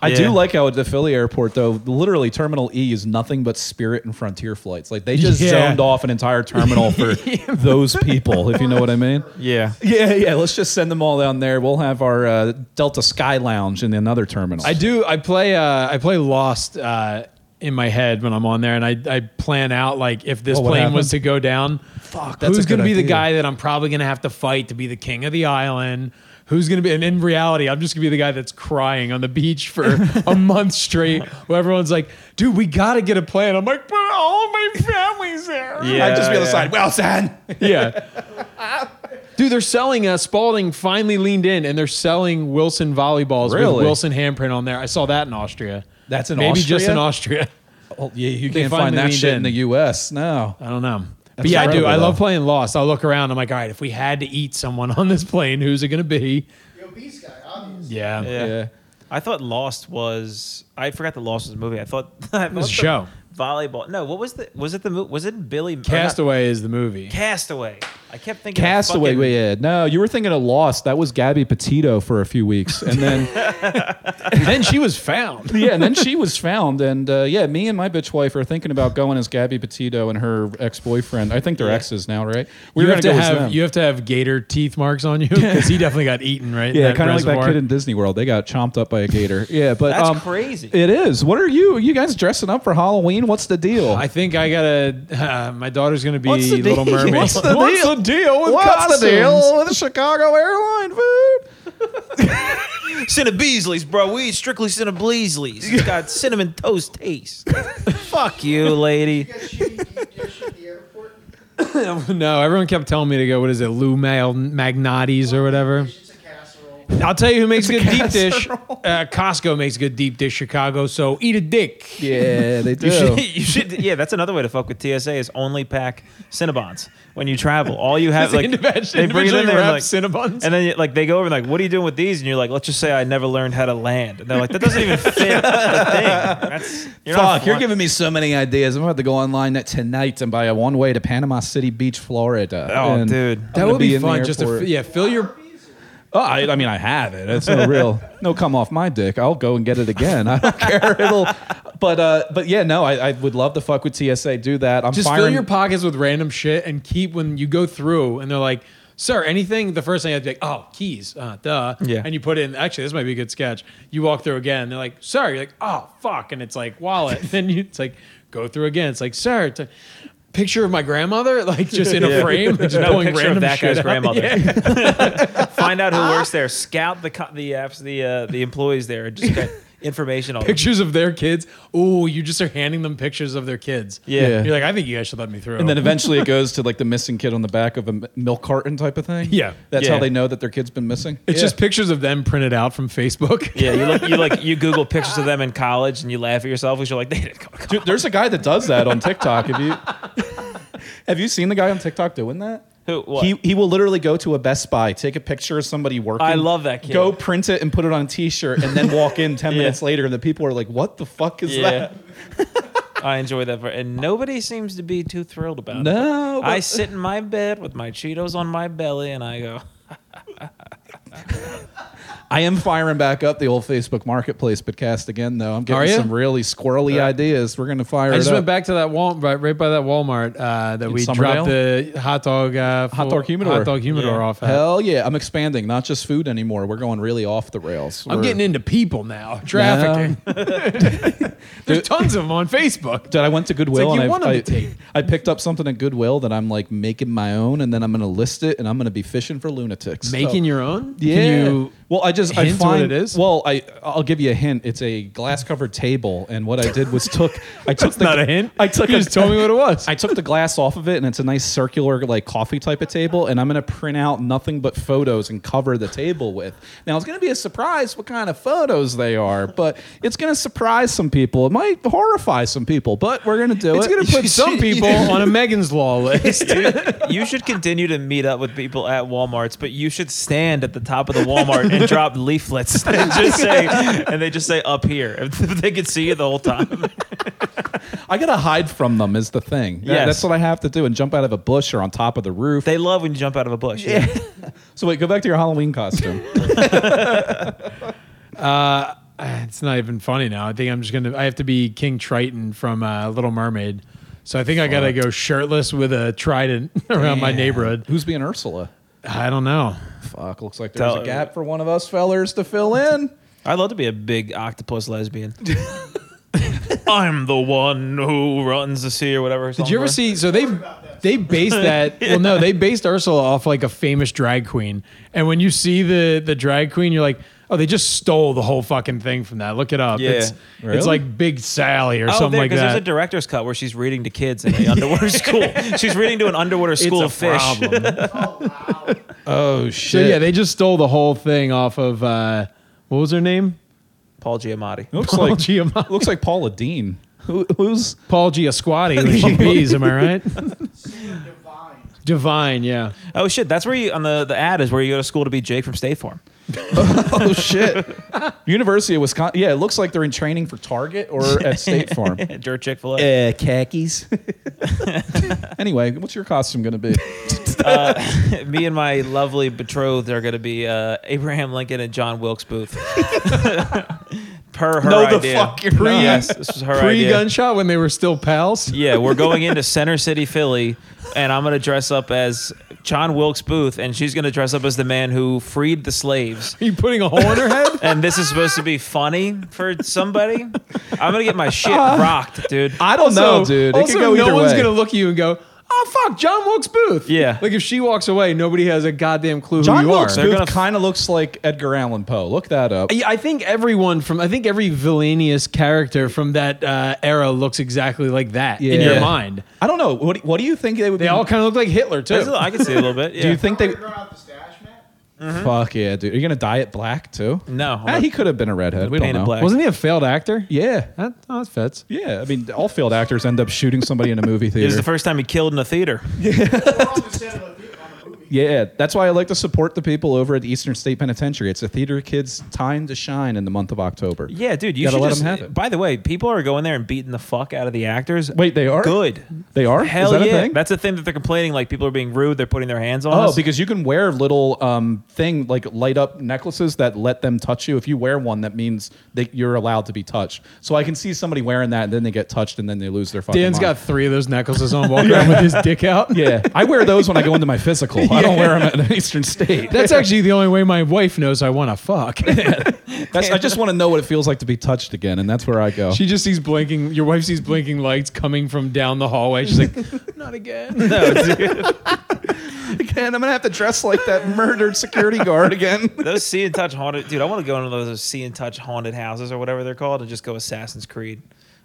S3: I do like how at the Philly airport, though, literally Terminal E is nothing but Spirit and Frontier flights. Like they just
S4: Yeah.
S3: zoned off an entire terminal
S4: [LAUGHS]
S3: for those people, if you know what I mean.
S5: Yeah,
S3: [LAUGHS] Yeah, yeah. Let's just send them all down there. We'll have our uh, Delta Sky Lounge in another terminal.
S4: I do. I play. Uh, I play Lost uh, in my head when I'm on there, and I, I plan out like if this
S3: Oh, what
S4: plane was
S3: happened?
S4: to go down,
S3: that's
S4: who's
S3: a good
S4: going to be the
S3: idea.
S4: guy that I'm probably going to have to fight to be the king of the island? Who's going to be? And in reality, I'm just going to be the guy that's crying on the beach [LAUGHS] for a month straight, where everyone's like, "Dude, we got to get a plane." I'm like, "But all my family's there."
S5: yeah.
S3: I'd just be on the
S5: yeah.
S3: side. Well, [LAUGHS] San.
S4: Yeah. Dude, they're selling uh Spalding finally leaned in and they're selling Wilson volleyballs
S3: Really?
S4: with Wilson handprint on there. I saw that in Austria.
S3: That's in
S4: Maybe just
S3: Austria?
S4: in Austria. [LAUGHS]
S3: Oh, yeah, you
S4: They
S3: can't find
S4: finally
S3: that
S4: leaned
S3: shit in
S4: in.
S3: the U.S. No.
S4: I don't know. but yeah, I do.
S3: terrible,
S4: I love
S3: though.
S4: playing Lost. I'll look around. I'm like, all right, if we had to eat someone on this plane, who's it going to be?
S2: The obese guy, obviously.
S4: Yeah.
S5: Yeah.
S3: Yeah.
S5: I thought Lost was. I forgot that Lost was a movie. I thought [LAUGHS] it
S4: was a show.
S5: Volleyball. No, what was the? Was it the movie? Was it Billy? or not-
S4: Castaway is
S3: [LAUGHS]
S4: the movie.
S5: Castaway. I kept thinking. of
S3: Castaway.
S5: fucking-
S3: wait, yeah. No, you were thinking of Lost. That was Gabby Petito for a few weeks, and then.
S4: [LAUGHS] and then she was found.
S3: yeah, and then she was found, and uh, yeah, me and my bitch wife are thinking about going as Gabby Petito and her ex boyfriend. I think they're exes now, right? We
S4: you
S3: were
S4: have to
S3: gonna go as
S4: have
S3: them.
S4: you have to have gator teeth marks on you because he definitely got eaten, right? in
S3: yeah,
S4: that
S3: kind of like that
S4: reservoir.
S3: kid in Disney World. They got chomped up by a gator. Yeah, but
S5: That's
S3: um,
S5: crazy.
S3: It is. What are you? Are you guys dressing up for Halloween? What's the deal?
S4: I think I gotta. [LAUGHS] Uh, my daughter's gonna be
S3: What's the
S4: Little
S3: deal? [LAUGHS]
S4: Mermaid.
S3: What's
S4: [LAUGHS]
S3: the deal?
S4: with
S3: What's the
S4: costumes?
S3: deal with the Chicago airline food?
S5: Cinnamon Beasleys, bro. We eat strictly Cinnamon Beasleys.
S3: [LAUGHS]
S5: It's got cinnamon toast taste. Fuck you, lady.
S2: You guys shooting, you guys shooting the airport?
S4: [LAUGHS] No, everyone kept telling me to go. What is it, Lou Mal Magnati's or whatever?
S2: It's just a casserole.
S4: I'll tell you who makes good deep dish.
S3: casserole.
S4: Uh, Costco makes good deep dish. Chicago, so eat a dick.
S3: Yeah, they
S5: You
S3: [LAUGHS]
S5: should,
S3: do.
S5: [LAUGHS] you should. Yeah, that's another way to fuck with TSA is only pack Cinnabons when you travel. All you have,
S4: [LAUGHS]
S5: like, they bring it in there, and, like,
S4: Cinnabons.
S5: and then you- like they go over and like, what are you doing with these? And you're like, let's just say I never learned how to land. And they're like, that
S4: [LAUGHS]
S5: doesn't even fit the thing. That's you're not
S3: Fuck, you're
S5: flying-
S3: giving me so many ideas. I'm about to go online tonight and buy a one way to Panama City Beach, Florida.
S5: Oh,
S3: And
S5: dude.
S3: I'm
S4: that
S3: gonna
S4: would be,
S3: in the
S4: fun. Just to,
S3: airport.
S4: f- yeah, fill your.
S3: Oh, I, I mean, I have it. It's
S4: [LAUGHS]
S3: no real, no come off my dick. I'll go and get it again. I don't [LAUGHS] care. It'll, but uh, but yeah, no, I, I would love to fuck with TSA. Do that. I'm
S4: Just
S3: firing.
S4: fill
S3: [LAUGHS]
S4: your pockets with random shit and keep when you go through and they're like, sir, anything? The first thing I'd be like, oh, keys, uh, duh.
S5: Yeah.
S4: And you put in, actually, this might be a good sketch. You walk through again. They're like, sir. You're like, oh, fuck. And it's like, wallet. [LAUGHS] then you, it's like, go through again. It's like, sir. It's a picture of my grandmother, [LAUGHS] like just in a
S5: [LAUGHS]
S4: frame. Just
S5: No
S4: pulling
S5: picture
S4: random
S5: of that
S4: shit
S5: guy's
S4: out.
S5: grandmother.
S4: [LAUGHS] Yeah.
S5: [LAUGHS]
S4: [LAUGHS]
S5: Find out who works there. Scout the co- the apps the uh, the employees there.
S4: [LAUGHS]
S5: and Just get information on them.
S4: Pictures of their kids. Oh, you just are handing them pictures of their kids.
S5: Yeah.
S4: You're like, I think you guys should let me through.
S3: and then eventually it goes to like the missing kid on the back of a m- milk carton type of thing.
S4: Yeah.
S3: that's
S5: Yeah.
S3: how they know that their kid's been missing.
S4: it's
S3: Yeah.
S4: just pictures of them printed out from Facebook. [LAUGHS]
S5: Yeah, you look, you like you Google pictures of them in college and you laugh at yourself because you're like they didn't go to college.
S3: Dude, there's a guy that does that on TikTok. Have you [LAUGHS] have you seen the guy on TikTok doing that?
S5: Who- what?
S3: He he will literally go to a Best Buy, take a picture of somebody working.
S5: I love that kid.
S3: Go print it and put it on a T-shirt, and then walk in ten
S4: [LAUGHS]
S5: Yeah. [LAUGHS]
S3: minutes later, and the people are like, "What the fuck is
S5: Yeah.
S3: that?"
S5: I enjoy that, [LAUGHS] part. and nobody seems to be too thrilled about it.
S3: No,
S5: I
S3: but-
S5: sit in my bed with my Cheetos on my belly, and I [LAUGHS] go,
S3: I am firing back up the old Facebook Marketplace podcast again, though. I'm
S4: Are
S3: getting
S4: ya?
S3: some really squirrely ideas. We're gonna fire
S4: I
S3: it
S4: just
S3: up.
S4: went back to that Walmart, right by that Walmart uh, that we dropped the hot dog, uh,
S3: Hot
S4: full-
S3: dog humidor.
S4: hot dog humidor
S5: Yeah.
S4: off. uh, at.
S3: Hell yeah! I'm expanding, not just food anymore. We're going really off the rails.
S4: I'm
S3: We're-
S4: getting into people now. Trafficking. [LAUGHS] There's tons of them on
S3: [LAUGHS]
S4: Facebook.
S3: Dude, I went to Goodwill
S4: It's like you
S3: and
S4: want 'em
S3: I,
S4: to take.
S3: [LAUGHS] I, I picked up something at Goodwill that I'm like making my own, and then I'm gonna list it, and I'm gonna be fishing for lunatics. So-
S4: Making your own?
S3: Yeah.
S4: Can you
S3: well, I just I
S4: hint what
S3: find
S4: it is?
S3: Well, I I'll give you a hint. It's a glass covered table, and what I did was
S4: [LAUGHS]
S3: took I took the,
S4: not a hint.
S3: I took
S4: You
S3: a-
S4: just told me what it was.
S3: I took the glass off of it, and it's a nice circular like coffee type of table, and I'm gonna print out nothing but photos and cover the table with. Now it's gonna be a surprise what kind of photos they are, but it's gonna surprise some people. It might horrify some people, but we're gonna do
S4: it's
S3: it.
S4: [LAUGHS]
S3: [LAUGHS]
S4: going to put some people on a Megan's [LAUGHS] Law list.
S5: [LAUGHS] "You should continue to meet up with people at WalMarts, but you should stand at the top of the Walmart and [LAUGHS] drop leaflets and just say, and they just say up here. [LAUGHS] If they could see you the whole time,
S3: I gotta hide from them is the thing. That-
S5: Yes.
S3: that's what I have to do, and jump out of a bush or on top of the roof.
S5: [LAUGHS] they love when you jump out of a bush. Yeah,
S3: so wait, go back to your Halloween costume. [LAUGHS]
S4: It's not even funny now. I think I'm just gonna. I have to be King Triton from uh, Little Mermaid, so I think I gotta go shirtless with a trident [LAUGHS] around my
S3: Man.
S4: neighborhood.
S3: Who's being Ursula?
S4: I don't know.
S3: Fuck, looks like there's
S5: Tell-
S3: a gap for one of us fellers to fill in.
S5: I'd love to be a big octopus lesbian. [LAUGHS] I'm the one who runs the sea or whatever.
S4: Did you ever see? So they they
S5: [LAUGHS]
S4: based that. Well, no, they based Ursula off like a famous drag queen. And when you see the the drag queen, you're like, oh, they just stole the whole fucking thing from that. Look it up.
S5: Yeah.
S4: It's,
S3: Really?
S4: it's like Big Sally or
S5: Oh,
S4: something
S5: there,
S4: like
S5: 'cause
S4: that.
S5: There's a director's cut where she's reading to kids in an underwater [LAUGHS] school. She's reading to an underwater
S4: it's
S5: school
S4: a
S5: of fish.
S4: problem.
S2: Oh wow!
S3: Oh
S4: so
S3: shit!
S4: yeah, they just stole the whole thing off of uh, what was her name?
S5: [LAUGHS] Paul Giamatti.
S3: looks
S4: Paul
S3: like
S4: Giamatti.
S3: looks like Paula Dean. Who, who's
S4: Paul Giasquati
S5: [LAUGHS]
S4: when she pees, am I right?
S2: Divine.
S4: Divine, yeah.
S5: Oh shit, that's where you on the, the ad is where you go to school to be Jake from State Farm.
S3: [LAUGHS] oh shit? [LAUGHS] University of Wisconsin. Yeah, it looks like they're in training for Target or at State Farm.
S5: Dirt Chick Fil A.
S3: Uh, khakis. [LAUGHS] anyway, what's your costume gonna be?
S5: Me and my lovely betrothed are going to be uh, Abraham Lincoln and John Wilkes Booth. [LAUGHS] per her
S3: No, the
S5: idea.
S3: fuck you're not.
S5: Yes, this was her
S4: Pre
S5: idea.
S4: gunshot when they were still pals.
S5: Yeah, we're going into Center City, Philly, and I'm gonna dress up as John Wilkes Booth, and she's gonna dress up as the man who freed the slaves.
S4: Are you putting a hole in her
S5: [LAUGHS]
S4: head?
S5: And this is supposed to be funny for somebody. I'm gonna get my shit rocked, dude.
S3: Uh, I don't know,
S4: So-
S3: dude. It
S4: Also,
S3: could go
S4: no
S3: either
S4: one's
S3: way.
S4: gonna look at you and go, "Oh fuck, John Wilkes Booth."
S5: Yeah.
S4: Like if she walks away, nobody has a goddamn clue
S3: John
S4: who you
S3: Wilkes
S4: are.
S5: They're
S3: Booth
S5: gonna f-
S3: kind of looks like Edgar Allan Poe. Look that up.
S4: I I think everyone from I think every villainous character from that uh, era looks exactly like that in
S3: Yeah.
S4: your mind.
S3: I don't know. What do, what do you think they would
S4: They
S3: be?
S4: all kind of look like Hitler too.
S5: That's a little- I can see a little bit.
S3: [LAUGHS]
S5: Yeah.
S3: do you think
S2: They
S3: they?
S2: grow out the stash, Matt.
S3: Fuck yeah, dude. Are you gonna dye it black too?
S5: No, I'm
S3: Ah,
S5: gonna
S3: he could have been a redhead. We don't
S5: paint it
S3: know.
S5: black.
S4: Wasn't he a failed actor?
S3: Yeah,
S4: That, oh, that fits.
S3: yeah. I mean, all failed actors end up shooting somebody in a movie
S5: [LAUGHS] It
S3: theater.
S5: was the first time he killed in a theater.
S2: We're on the set of a, on a movie.
S3: Yeah, that's why I like to support the people over at Eastern State Penitentiary. It's a theater kids' time to shine in the month of October.
S5: Yeah, dude, you
S3: Gotta
S5: should
S3: let
S5: just,
S3: 'em have it.
S5: By the way, people are going there and beating the fuck out of the actors.
S3: Wait, they are?
S5: good.
S3: They are? Is
S5: Hell
S3: that a
S5: yeah,
S3: thing?
S5: that's the thing that they're complaining. Like people are being rude. They're putting their hands on
S3: Oh,
S5: us.
S3: because you can wear little um, thing like light up necklaces that let them touch you. If you wear one, that means that you're allowed to be touched. So I can see somebody wearing that, and then they get touched, and then they lose their fucking.
S4: Dan's
S3: mind.
S4: got three of those necklaces on, walking around with [LAUGHS] his dick out.
S3: Yeah, I wear those when I go into my
S5: [LAUGHS]
S3: physical. I don't wear them at Eastern State.
S4: That's actually the only way my wife knows I want to fuck.
S3: That's, I just want to know what it feels like to be touched again, and that's where I go.
S4: [LAUGHS] she just sees blinking. Your wife sees blinking lights coming from down the hallway. She's like, [LAUGHS] "Not again."
S3: again, I'm gonna have to dress like that murdered security guard again.
S5: Those see and touch haunted, dude. I want to go into those see and touch haunted houses or whatever they're called, and just go Assassin's Creed.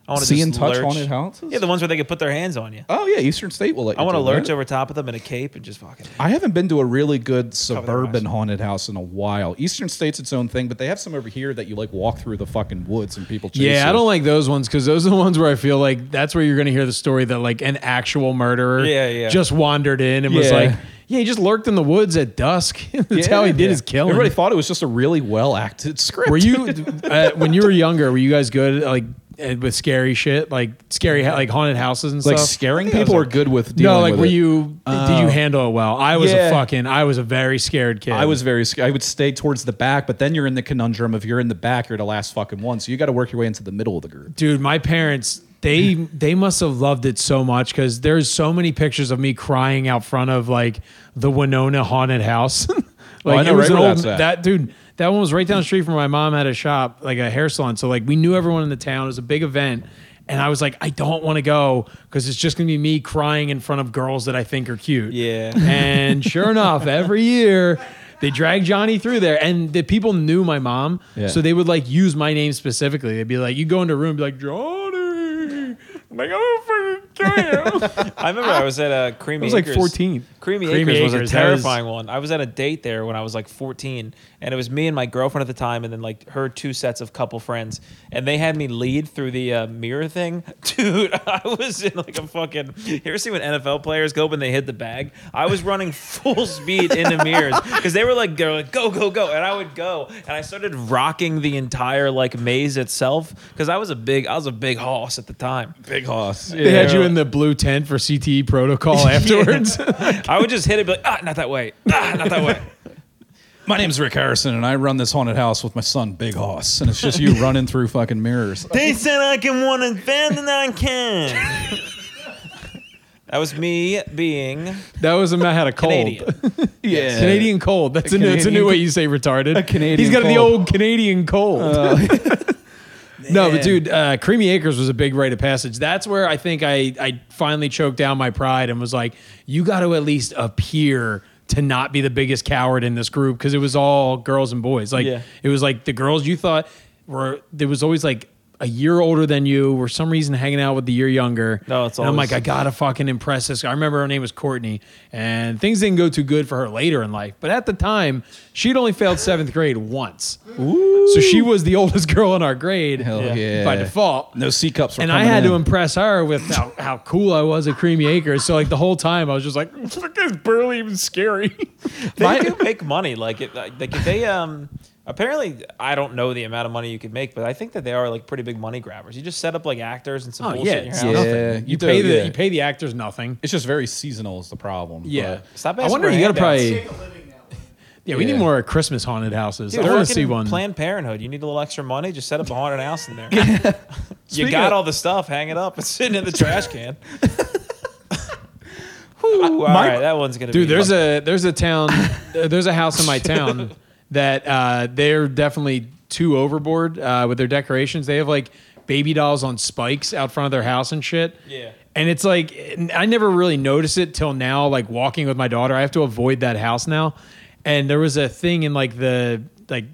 S5: I want to
S3: See
S5: just
S3: and touch
S5: lurch.
S3: haunted houses?
S5: Yeah, the ones where they can put their hands on
S3: [LAUGHS]
S5: you.
S3: Oh yeah, Eastern State will let you.
S5: I want to
S3: do
S5: lurch
S3: that.
S5: over top of them in a cape and just fucking.
S3: I haven't been to a really good
S5: their
S3: suburban
S5: eyes.
S3: haunted house in a while. Eastern State's its own thing, but they have some over here that you like walk through the fucking woods and people. Chase
S4: Yeah, I
S3: you.
S4: don't like those ones because those are the ones where I feel like that's where you're going to hear the story that like an actual murderer
S5: Yeah, yeah.
S4: just wandered in and was
S3: Yeah.
S4: like, yeah, he just lurked in the woods at dusk. [LAUGHS] that's
S3: Yeah,
S4: how he did
S3: yeah.
S4: his killing. [LAUGHS]
S3: Everybody thought it was just a really well acted script.
S4: were you uh, when you were younger? Were you guys good at, like and with scary shit, like scary, ha- like haunted houses and
S3: Like
S4: stuff.
S3: scaring
S4: I think I
S3: people
S4: was
S3: are good with dealing
S4: No, like
S3: with
S4: were
S3: it.
S4: you? did
S3: Oh.
S4: you handle it well? I was
S3: Yeah.
S4: a fucking. I was a very scared
S3: [LAUGHS]
S4: kid.
S3: I was very scared. I would stay towards the back, but then you're in the conundrum of you're in the back, you're the last fucking one. So you got to work your way into the middle of the group.
S4: dude my parents
S3: [LAUGHS]
S4: they they must have loved it so much because there's so many pictures of me crying out front of like the winona haunted house [LAUGHS] like
S3: Oh, I know
S4: it
S3: right
S4: was an
S3: where
S4: old
S3: that's at.
S4: that dude that one was right down the street from where my mom had a shop like a hair salon so like we knew everyone in the town it was a big event and i was like i don't want to go because it's just going to be me crying in front of girls that i think are cute [LAUGHS]
S5: Yeah.
S4: and sure enough every year they drag johnny through there and the people knew my mom
S3: Yeah.
S4: so they would like use my name specifically. They'd be like, you go into a room, and be like Johnny. I'm like, oh, fucking kill
S5: [LAUGHS]
S4: you.
S5: I remember I was at a Creamy.
S4: I was like
S5: Acres.
S4: 14.
S5: Creamy,
S4: Creamy Acres,
S5: Acres, was a
S4: that was-
S5: terrifying one. I was at a date there when I was like 14, and it was me and my girlfriend at the time, and then like her two sets of couple friends, and they had me lead through the uh, mirror thing. [LAUGHS] Dude, I was in like a fucking. You ever see when NFL players go when they hit the bag? I was running full speed in the mirrors because they were like they're like go go go, and I would go, and I started rocking the entire like maze itself because I was a big I was a big hoss at the time.
S3: Big hoss.
S4: they had you in the blue tent for CTE protocol afterwards.
S5: I would just hit it, be like, ah, not that way, ah, not that way.
S3: My name's Rick Harrison, and I run this haunted house with my son, Big Hoss. And it's just
S4: [LAUGHS]
S3: you running through fucking mirrors.
S5: [LAUGHS] They said I can want it better than I can. that was me being
S4: that was him. I had a cold.
S5: Canadian.
S3: Yeah.
S4: Canadian cold. That's a, new, that's a
S3: Canadian-
S4: new way you say retarded. A
S3: Canadian
S4: He's got the
S3: cold.
S4: old Canadian cold. [LAUGHS] no, but dude, uh, Creamy Acres was a big rite of passage. That's where I think I, I finally choked down my pride and was like, you got to at least appear to not be the biggest coward in this group because it was all girls and boys. Like,
S5: Yeah.
S4: it was like the girls you thought were, there was always like, a year older than you, were some reason hanging out with the year younger.
S5: No, it's
S4: and I'm
S5: always-
S4: like, I gotta fucking impress this. guy. I remember her name was Courtney, and things didn't go too good for her later in life. But at the time, she'd only failed seventh grade once, so she was the [LAUGHS] oldest girl in our grade
S3: Hell yeah.
S4: by default.
S3: No C cups were
S4: and I
S3: coming
S4: had
S3: in.
S4: to impress her with how, how cool I was at Creamy Acres. So like the whole time, I was just like, [LAUGHS] "It's barely even scary."
S5: They do [LAUGHS] make money. Like, it, like like, if they um. Apparently, I don't know the amount of money you could make, but I think that they are like pretty big money grabbers. You just set up like actors and some
S4: Oh
S5: bullshit
S4: yeah,
S5: in your
S4: it's
S5: house.
S3: Yeah,
S4: nothing.
S3: you
S4: You, pay
S3: do,
S4: the
S3: yeah.
S4: you pay the actors nothing.
S3: It's just very seasonal is the problem.
S4: Yeah,
S5: Stop
S4: I
S5: asking
S4: wonder
S5: for
S4: you gotta
S5: handouts.
S4: probably.
S2: Make a living that way.
S4: Yeah, we
S3: Yeah.
S4: need more Christmas haunted houses.
S5: Dude,
S4: I want to
S5: fucking
S4: see one.
S5: Planned Parenthood. You need a little extra money. Just set up a haunted house in [LAUGHS] there. you got
S3: of-
S5: all the stuff. Hang it up. It's sitting in the trash [LAUGHS] can. all
S3: my-
S5: right, that one's gonna
S4: Dude,
S5: be
S4: there's a there's a
S5: [LAUGHS]
S4: town uh, there's a house in my town that uh, they're definitely too overboard uh, with their decorations. They have like baby dolls on spikes out front of their house and shit.
S5: Yeah.
S4: And it's like and I never really noticed it till now like walking with my daughter. I have to avoid that house now. And there was a thing in like the like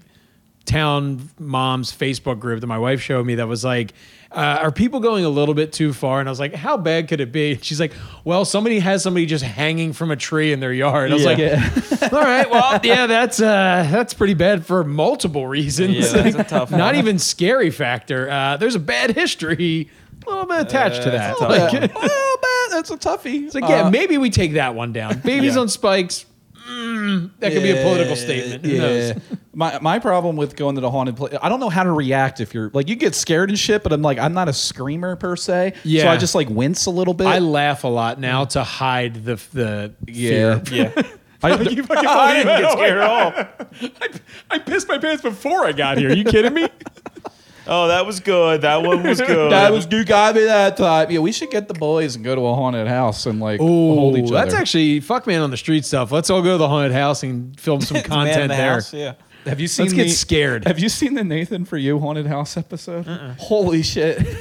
S4: town mom's Facebook group that my wife showed me that was like, uh, are people going a little bit too far? And I was like, how bad could it be? And she's like, well, somebody has somebody just hanging from a tree in their yard. I was
S5: Yeah.
S4: like, all right, well, yeah, that's uh, that's pretty bad for multiple reasons. [LAUGHS]
S5: Yeah, that's a tough
S4: Not
S5: one.
S4: even scary factor. Uh, there's a bad history, a little bit attached to that.
S5: that's a tough
S4: Like,
S5: one.
S3: Well, man, that's a toughie. Uh,
S4: it's like, yeah, maybe we take that one down. Babies
S5: Uh, Yeah.
S4: on spikes. mm, that could be a political statement. Who knows?
S3: My my problem with going to the haunted place, I don't know how to react if you're like you get scared and shit, but I'm like I'm not a screamer per se, so
S4: Yeah.
S3: I just like wince a little bit.
S4: I laugh a lot now to hide the the
S3: yeah,
S4: fear.
S5: [LAUGHS]
S4: [LAUGHS]
S5: yeah.
S3: I,
S5: [LAUGHS] I didn't get scared at all.
S4: I pissed my pants before I got here. You kidding
S5: [LAUGHS]
S4: me?
S5: Oh, that was good. That one
S4: [LAUGHS]
S5: was good.
S3: that was you got me that time. Yeah, we should get the boys and go to a haunted house and like hold each other.
S4: that's actually fuck man on the street stuff. Let's all go to the haunted house and film some
S5: [LAUGHS] It's Man in
S4: content
S5: the
S4: there.
S5: House, yeah.
S3: Have you seen?
S4: Let's get
S3: the-
S4: scared. Uh-uh.
S3: Have you seen the Nathan for You haunted house episode? Holy shit. [LAUGHS]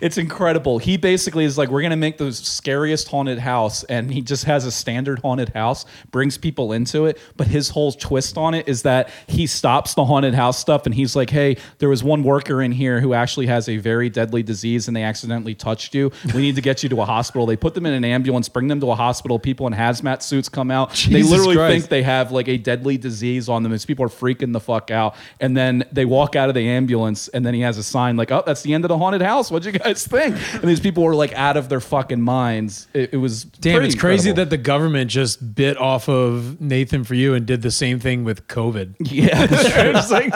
S3: It's incredible. He basically is like, we're gonna make the scariest haunted house, and he just has a standard haunted house, brings people into it. But his whole twist on it is that he stops the haunted house stuff, and he's like, "Hey, there was one worker in here who actually has a very deadly disease, and they accidentally touched you. We need to get you to a hospital. They put them in an ambulance, bring them to a hospital. People in hazmat suits come out. they
S4: Jesus
S3: literally
S4: Christ.
S3: think they have like a deadly disease on them. As people are freaking the fuck out, and then they walk out of the ambulance, and then he has a sign like, "Oh, that's the end of the haunted house. What'd you guys?" this thing. And these people were like out of their fucking minds. It, it was
S4: Damn,
S3: pretty
S4: it's crazy
S3: incredible.
S4: that the government just bit off of Nathan for you and did the same thing with COVID.
S3: [LAUGHS] yeah.
S4: It's like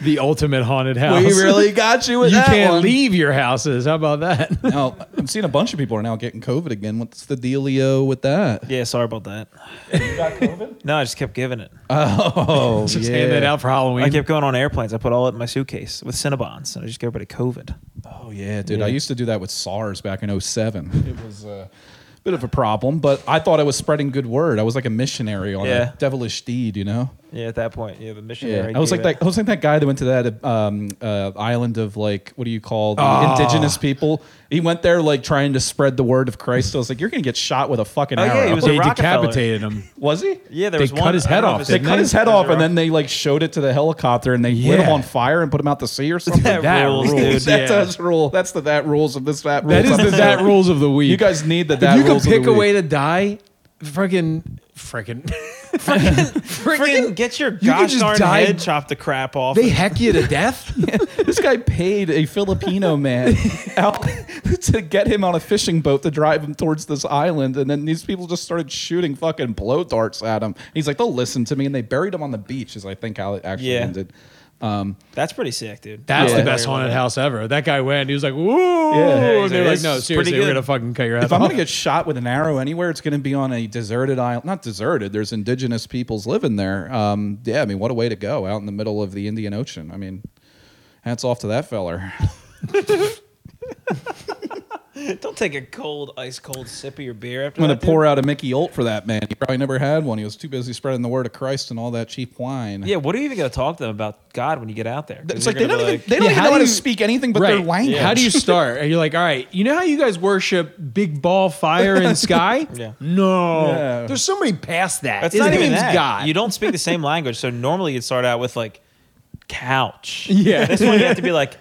S4: the ultimate haunted house.
S3: We
S4: [LAUGHS]
S3: really got you with
S4: you
S3: that
S4: can't
S3: one. [LAUGHS]
S4: leave your houses. How about that?
S3: Now, I'm seeing a bunch of people are now getting COVID again. What's the dealio with that?
S5: Yeah, sorry about that. No, I just kept [LAUGHS] giving it.
S3: Oh,
S4: Just
S3: yeah.
S4: hand that out for Halloween.
S5: I kept going on airplanes. I put all it in my suitcase with Cinnabons, and I just gave everybody COVID.
S3: Oh yeah, dude. I used to do that with SARS back in [LAUGHS] 07. It was a bit of a problem, but I thought I was spreading good word. I was like a missionary on
S5: Yeah.
S3: a devilish deed, you know.
S5: Yeah, at that point, yeah, the
S3: Yeah,
S5: missionary.
S3: I was
S5: gave
S3: like
S5: it.
S3: that. I was like that guy that went to that um, uh, island of like what do you call the
S4: Ah.
S3: indigenous people? He went there like trying to spread the word of Christ. I was like, you're gonna get shot with a fucking
S5: Oh, yeah,
S3: arrow.
S5: he was a
S4: [LAUGHS] they
S5: Rockefeller.
S4: decapitated him.
S3: Was he?
S5: Yeah, there
S4: They
S5: was
S4: cut
S5: one-
S4: his
S5: I don't
S4: head
S5: know
S4: off,
S5: if it's-
S3: They
S4: didn't
S3: cut
S4: they?
S3: his head off and then they like showed it to the helicopter and they lit him
S4: Yeah.
S3: on fire and put him out to sea or something.
S5: That rules,
S3: [LAUGHS]
S5: dude.
S3: that's
S4: yeah.
S3: us rule. That's the that rules of this that rules.
S4: That is the
S3: episode.
S4: that rules of the week.
S3: You guys need the
S4: if
S3: that
S4: you could
S3: rules of the
S4: pick a
S3: week.
S4: way to die, freaking, [LAUGHS] freaking.
S5: Freaking [LAUGHS] get your
S4: You could
S5: gosh
S4: just
S5: darn
S4: die-
S5: head chopped the crap off.
S4: They heck you to death.
S3: This guy paid a Filipino man out to get him on a fishing boat to drive him towards this island, and then these people just started shooting fucking blow darts at him. He's like, "They'll listen to me," and they buried him on the beach. Is I think how it actually
S5: Yeah.
S3: ended.
S5: That's pretty sick,
S4: [LAUGHS]
S5: dude.
S4: That's
S3: Yeah.
S4: the best haunted house ever. That guy went. He was like, "Woo!"
S3: Yeah,
S4: and they were like,
S5: that's
S4: "No,
S5: pretty
S4: seriously, we're
S5: good.
S4: gonna fucking cut your head
S3: If
S4: off."
S3: I'm gonna get shot with an arrow anywhere, it's gonna be on a deserted island. Not deserted. There's indigenous peoples living there. Um, yeah, I mean, what a way to go out in the middle of the Indian Ocean. I mean, hats off to that feller.
S5: Don't take a cold, ice cold sip of your beer
S3: I'm
S5: after
S3: gonna
S5: that.
S3: pour out a Mickey Olt for that man. He probably never had one. He was too busy spreading the word of Christ and all that cheap wine.
S5: Yeah, what are you even going to talk to them about God when you get out there?
S3: It's
S5: 'Cause you're
S3: like they
S5: gonna
S3: don't
S5: be
S3: even they don't
S4: Yeah,
S3: even
S4: how
S3: know how
S4: do
S3: to
S4: you-
S3: speak anything but their language.
S4: How
S3: [LAUGHS]
S4: do you start? And you're like, all right, you know how you guys worship big ball
S3: [LAUGHS]
S4: fire and sky?
S5: Yeah.
S4: No.
S3: Yeah.
S4: There's somebody past that.
S5: That's
S4: His
S5: not even
S4: name's
S5: that.
S4: God. [LAUGHS]
S5: You don't speak the same language, so normally you'd start out with like
S3: [LAUGHS]
S5: couch.
S4: Yeah.
S5: this one you have to be like.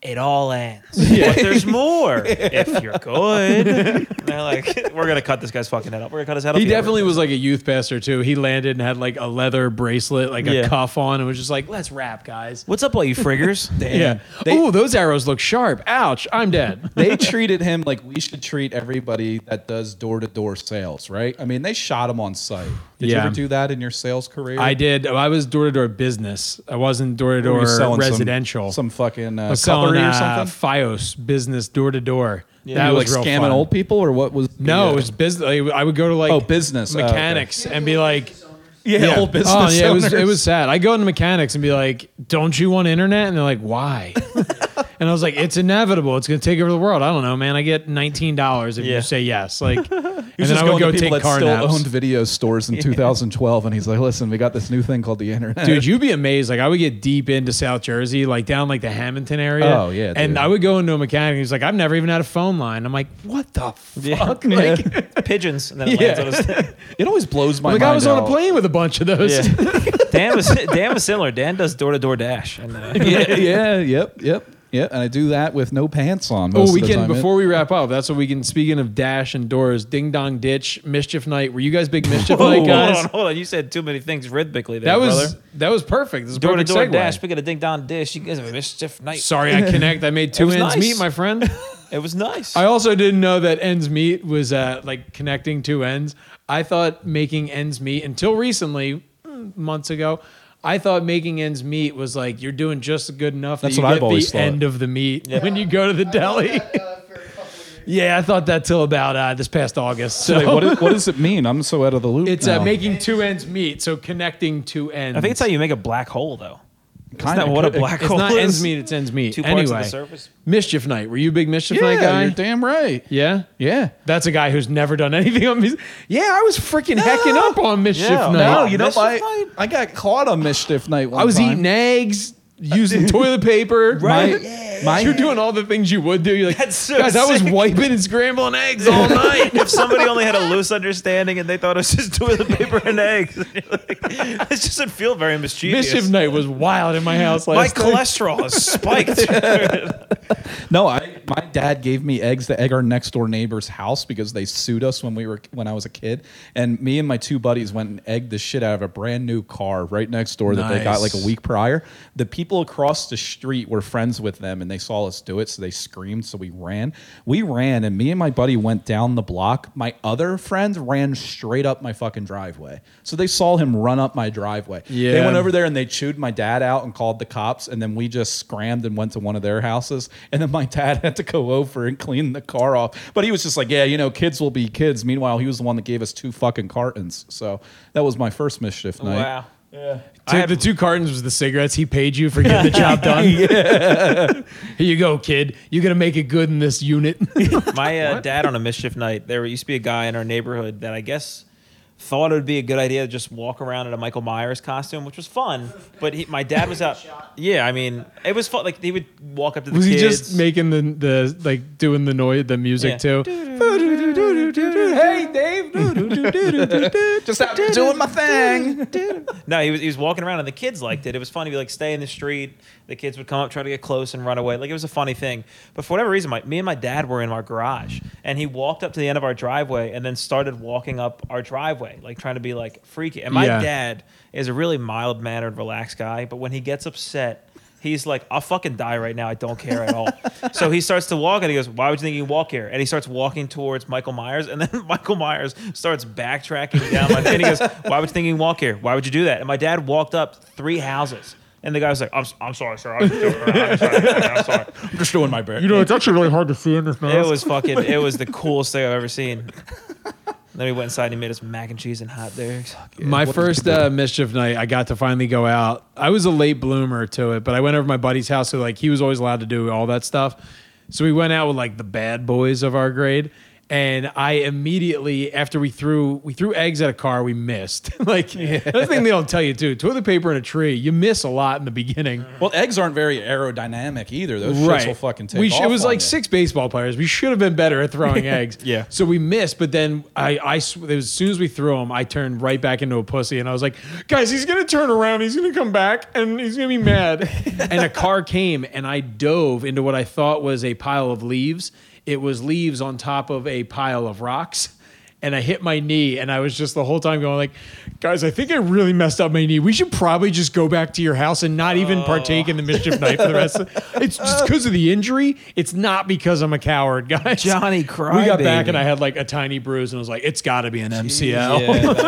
S5: It all ends, but
S3: [LAUGHS]
S5: there's more if you're good. And They're like, [LAUGHS] we're gonna cut this guy's fucking head off. We're gonna cut his head
S4: [LAUGHS]
S5: off.
S4: he definitely was like a youth pastor too. He landed and had like a leather bracelet, like a
S5: Yeah.
S4: cuff on, and was just like, "Let's rap, guys."
S5: What's up, all you friggers? [LAUGHS]
S4: Yeah.
S3: They-
S4: oh, those arrows look sharp. Ouch!
S3: [LAUGHS]
S4: I'm dead.
S3: they treated him like we should treat everybody that does door to door sales, right? I mean, they shot him on sight. Did
S4: Yeah.
S3: you ever do that in your sales career?
S4: I did. I was door to door business. I wasn't door to
S3: Or
S4: door
S3: you're selling some-
S4: residential.
S3: some, fucking
S4: I
S3: uh,
S4: was selling
S3: cutlery or
S4: uh,
S3: something.
S4: FiOS business door to door. That
S3: You were,
S4: was
S3: like
S4: real
S3: scamming
S4: fun.
S3: old people, or what was? the,
S4: No,
S3: uh, [LAUGHS]
S4: it was business. I would go to like
S3: Oh, business. Oh, okay.
S4: mechanics and be like,
S3: yeah, old business.
S4: Oh yeah, it was, it
S3: owners.
S4: was sad. I go into mechanics and be like, "Don't you want internet?" And they're
S3: [LAUGHS]
S4: like, "Why?" and I was like, "It's inevitable. It's going to take over the world. I don't know, man. I get nineteen dollars if
S5: Yeah.
S4: you say
S3: [LAUGHS]
S4: yes." Like, and
S3: He was
S4: then I
S3: just going
S4: would go
S3: to [LAUGHS]
S4: take
S3: people that
S4: car
S3: still
S4: naps.
S3: owned video stores [LAUGHS] in 2012, and he's like, "Listen, we got this new thing called the internet." [LAUGHS]
S4: Dude, you'd be amazed. Like I would get deep into South Jersey, like down like the Hamilton area.
S3: Oh, yeah,
S4: and
S3: dude.
S4: I would go into a mechanic. and He's like, "I've never even had a phone line." I'm like, "What the fuck?" Like,
S5: [LAUGHS] pigeons, and then it
S4: Yeah.
S5: lands on his
S4: [LAUGHS]
S3: it always blows my
S4: like
S3: mind.
S4: I was on a
S3: out.
S4: plane with a bunch of [LAUGHS] those.
S5: Yeah. Dan was Dan was similar. Dan does door to door dash. And,
S3: [LAUGHS]
S5: uh,
S4: [LAUGHS]
S5: [LAUGHS]
S3: yeah, yeah, yep, yep, yep. And I do that with no pants on. Most
S4: Oh, we
S3: of the
S4: can
S3: time.
S4: before we wrap up. That's what we can. Speaking of dash and doors, ding dong ditch, mischief night. Were you guys big mischief night
S5: hold
S4: guys?
S5: on, hold on. You said too many things rhythmically there,
S4: That was
S5: brother.
S4: that was perfect. This is a
S5: Door to
S4: perfect
S5: door
S4: segue.
S5: dash. Speaking of ding dong dish, you guys have a mischief night.
S4: Sorry,
S5: [LAUGHS]
S4: I connect. I made two
S5: was
S4: ends
S5: nice.
S4: meet, my friend.
S5: [LAUGHS] It was nice.
S4: I also didn't know that ends meet was uh, like connecting two ends. I thought making ends meet until recently, mm, months ago. I thought making ends meet was like you're doing just good enough
S3: That's
S4: that you
S3: what
S4: get
S3: I've always
S4: the
S3: thought.
S4: end of the meet when you go to the deli.
S2: That, uh, for a couple of years.
S4: yeah, I thought that till about uh, this past August. So
S3: Wait, what, is, what does it mean? I'm so out of the loop.
S4: [LAUGHS] It's
S3: now.
S4: uh, making two ends meet, so connecting two ends.
S5: I think it's how you make a black hole, though. Isn't
S3: Kinda
S5: that what a
S3: could-
S5: black
S4: It's
S5: hole
S4: not
S5: is?
S4: ends meet. It's ends meet.
S5: Two parts
S4: anyway,
S5: of the surface.
S4: mischief night. Were you a big mischief
S3: Yeah,
S4: night guy?
S3: you're damn right.
S4: yeah,
S3: Yeah.
S4: That's a guy who's never done anything on. Mis- yeah, I was freaking hecking up on mischief night.
S5: Yeah, no,
S3: Oh, you know,
S5: Mischief
S3: I,
S5: night?
S3: I got caught on mischief night. One
S4: I was
S3: time.
S4: eating eggs, using toilet paper.
S3: My,
S4: My-
S3: my,
S4: You're doing all the things you would do. You're like,
S5: That's so
S4: guys, I was
S5: sick."
S4: wiping and scrambling eggs all night.
S5: if somebody only had a loose understanding and they thought it was just toilet paper and eggs, [LAUGHS] it just doesn't feel very mischievous.
S4: mischief night was wild
S5: [LAUGHS]
S4: in my house
S5: My
S4: last night.
S5: cholesterol has spiked. [LAUGHS]
S3: No, I, my dad gave me eggs to egg our next door neighbor's house because they sued us when we were when I was a kid, and me and my two buddies went and egged the shit out of a brand new car right next door that they got
S4: Nice.
S3: like a week prior. The people across the street were friends with them, and they saw us do it, so they screamed. So we ran. We ran, and me and my buddy went down the block. My other friend ran straight up my fucking driveway. So they saw him run up my driveway. They
S4: Yeah.
S3: went over there and they chewed my dad out and called the cops. And then we just scrammed and went to one of their houses. And then my dad [LAUGHS] had to go over and clean the car off. But he was just like, yeah, you know, kids will be kids. Meanwhile, he was the one that gave us two fucking cartons. So that was my first mischief night.
S5: Wow. Yeah.
S4: Took the two cartons was the cigarettes he paid you for
S5: [LAUGHS]
S4: getting the job done. [LAUGHS] Here you go, kid. You're gonna make it good in this
S5: [LAUGHS]
S4: unit. [LAUGHS]
S5: My uh, dad on a mischief night, there used to be a guy in our neighborhood that I guess thought it would be a good idea to just walk around in a Michael Myers costume, which was fun. But he, my dad was out. Yeah, I mean, it was fun. Like he would walk up to the
S4: was he
S5: kids.
S4: just making the the like doing the noise, the music
S5: Yeah.
S4: too? hey, Dave.
S3: Just out doing my thing.
S5: no, he was he was walking around and the kids liked it. It was funny. We like stay in the street. The kids would come up, try to get close, and run away. Like it was a funny thing. But for whatever reason, my, me and my dad were in our garage, and he walked up to the end of our driveway and then started walking up our driveway, like trying to be like freaky. And my
S4: Yeah.
S5: dad is a really mild mannered, relaxed guy, but when he gets upset. He's like, I'll fucking die right now. I don't care [LAUGHS] at all. so he starts to walk and he goes, Why would you think you walk here? And he starts walking towards Michael Myers. And then [LAUGHS] Michael Myers starts backtracking down my and [LAUGHS] he goes, Why would you think you walk here? Why would you do that? And my dad walked up three houses. And the guy was like, I'm, s- I'm sorry, sir. I was joking around. I'm [LAUGHS] sorry. I'm sorry.
S3: I'm just doing my bit.
S6: You know, it's actually really hard to see in this
S5: It
S6: mask.
S5: was fucking, it was [LAUGHS] the coolest thing I've ever seen. Then we went inside and he made us mac and cheese and hot dogs.
S4: My first uh, mischief night, I got to finally go out. I was a late bloomer to it, but I went over to my buddy's house, so like he was always allowed to do all that stuff. So we went out with like the bad boys of our grade, and I immediately after we threw we threw eggs at a car, we missed. [LAUGHS] like that's the thing they don't tell you too. Toilet paper in a tree, you miss a lot in the beginning.
S3: Well, eggs aren't very aerodynamic either. Those shits will fucking take
S4: we sh-
S3: off
S4: It was
S3: on
S4: like
S3: you.
S4: six baseball players. We should have been better
S3: [LAUGHS]
S4: at throwing eggs.
S5: Yeah.
S4: So we missed, but then I, I sw- it was- as soon as we threw him, I turned right back into a pussy, and I was like, guys, he's gonna turn around, he's gonna come back, and he's gonna
S3: [LAUGHS]
S4: be mad. and a car came, and I dove into what I thought was a pile of leaves. It was leaves on top of a pile of rocks. And I hit my knee, and I was just the whole time going like, "Guys, I think I really messed up my knee. We should probably just go back to your house and not even partake in the
S5: Oh.
S4: mischief night for the rest."
S5: [LAUGHS]
S4: of It's just because of the injury. It's not because I'm a coward, guys.
S5: Johnny
S4: We got back,
S5: Crybaby.
S4: and I had like a tiny bruise, and I was like, "It's got to be an MCL."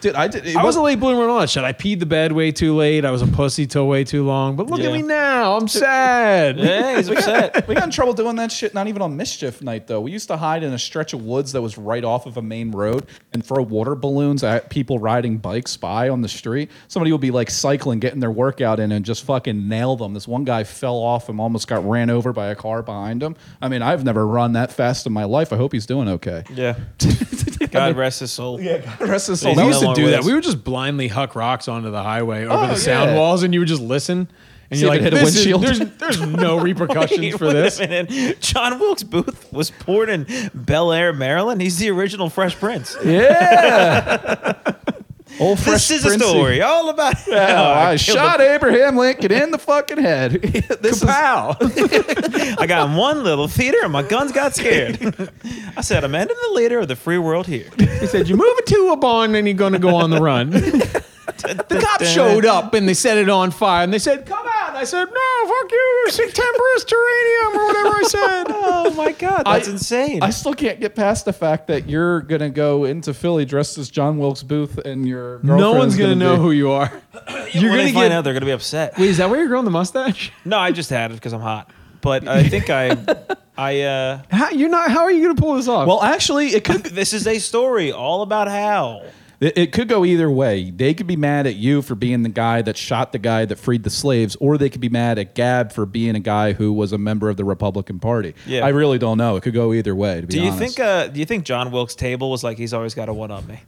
S3: Dude, I did. It
S4: [LAUGHS] I was
S3: was
S4: a late bloomer and all that shit. I peed the bed way too late. I was a pussy till way too long. But look
S5: Yeah.
S4: at me now. I'm sad.
S5: Yeah, he's
S3: [LAUGHS]
S5: upset.
S3: we got in trouble doing that shit. Not even on mischief night though. We used to hide in a stretch of woods that was right off of a main road and throw water balloons at people riding bikes by on the street. Somebody would be like cycling, getting their workout in, and just fucking nail them. This one guy fell off and almost got ran over by a car behind him. I mean, I've never run that fast in my life. I hope he's doing okay.
S5: Yeah. God rest his soul. Yeah.
S3: Rest his soul.
S5: He's
S4: we
S3: That
S4: used
S3: was
S4: to
S5: Along
S4: do
S5: with
S4: that.
S5: us.
S4: We would just blindly huck rocks onto the highway over
S3: Oh,
S4: the sound
S3: yeah.
S4: walls, and you would just listen. And
S3: See
S4: you're
S3: if
S4: like,
S3: it hit a
S4: this is-
S3: windshield."
S4: there's,
S3: [LAUGHS]
S4: there's no repercussions for
S5: [LAUGHS]
S4: this.
S5: John Wilkes Booth was born in Bel Air, Maryland. He's the original Fresh Prince.
S3: [LAUGHS] old
S5: this
S3: Fresh
S5: is a
S3: Princey.
S5: story
S3: [LAUGHS]
S5: all about
S3: Oh,
S5: how
S3: I
S5: killed
S3: shot Abraham Lincoln in the fucking head. this is
S5: [LAUGHS] I got in one little theater and my guns got scared. [LAUGHS] I said, I'm ending the leader of the free world here. [LAUGHS]
S4: He said, you move it to a barn, and you're going to go on the run. the cops showed up, and they set it on fire, and they said, come out. And I said, no, fuck you, Septemberus terranium, or whatever I said.
S5: Oh my God, that's
S3: I- [LAUGHS]
S5: insane.
S3: I still can't get past the fact that you're gonna go into Philly dressed as John Wilkes Booth, and your girlfriend's
S4: No one's going to know
S3: be-
S4: who
S3: [LAUGHS]
S4: you are. You're
S5: when
S4: going
S5: they
S4: to
S5: find
S4: get...
S5: out, they're going to be upset.
S4: Wait, is that where you're growing the mustache?
S5: No, I just had it because I'm hot.
S3: [LAUGHS]
S5: But I think I, I, uh,
S4: How, you're not, how are you going to pull this off?
S3: Well, actually, it could
S5: [LAUGHS] this is a story all about how.
S3: it, it could go either way. They could be mad at you for being the guy that shot the guy that freed the slaves, or they could be mad at Gab for being a guy who was a member of the Republican Party.
S5: Yeah.
S3: I really don't know. It could go either way. To be
S5: Do you
S3: honest.
S5: think, uh, do you think John Wilkes' table was like, he's always got a one on me?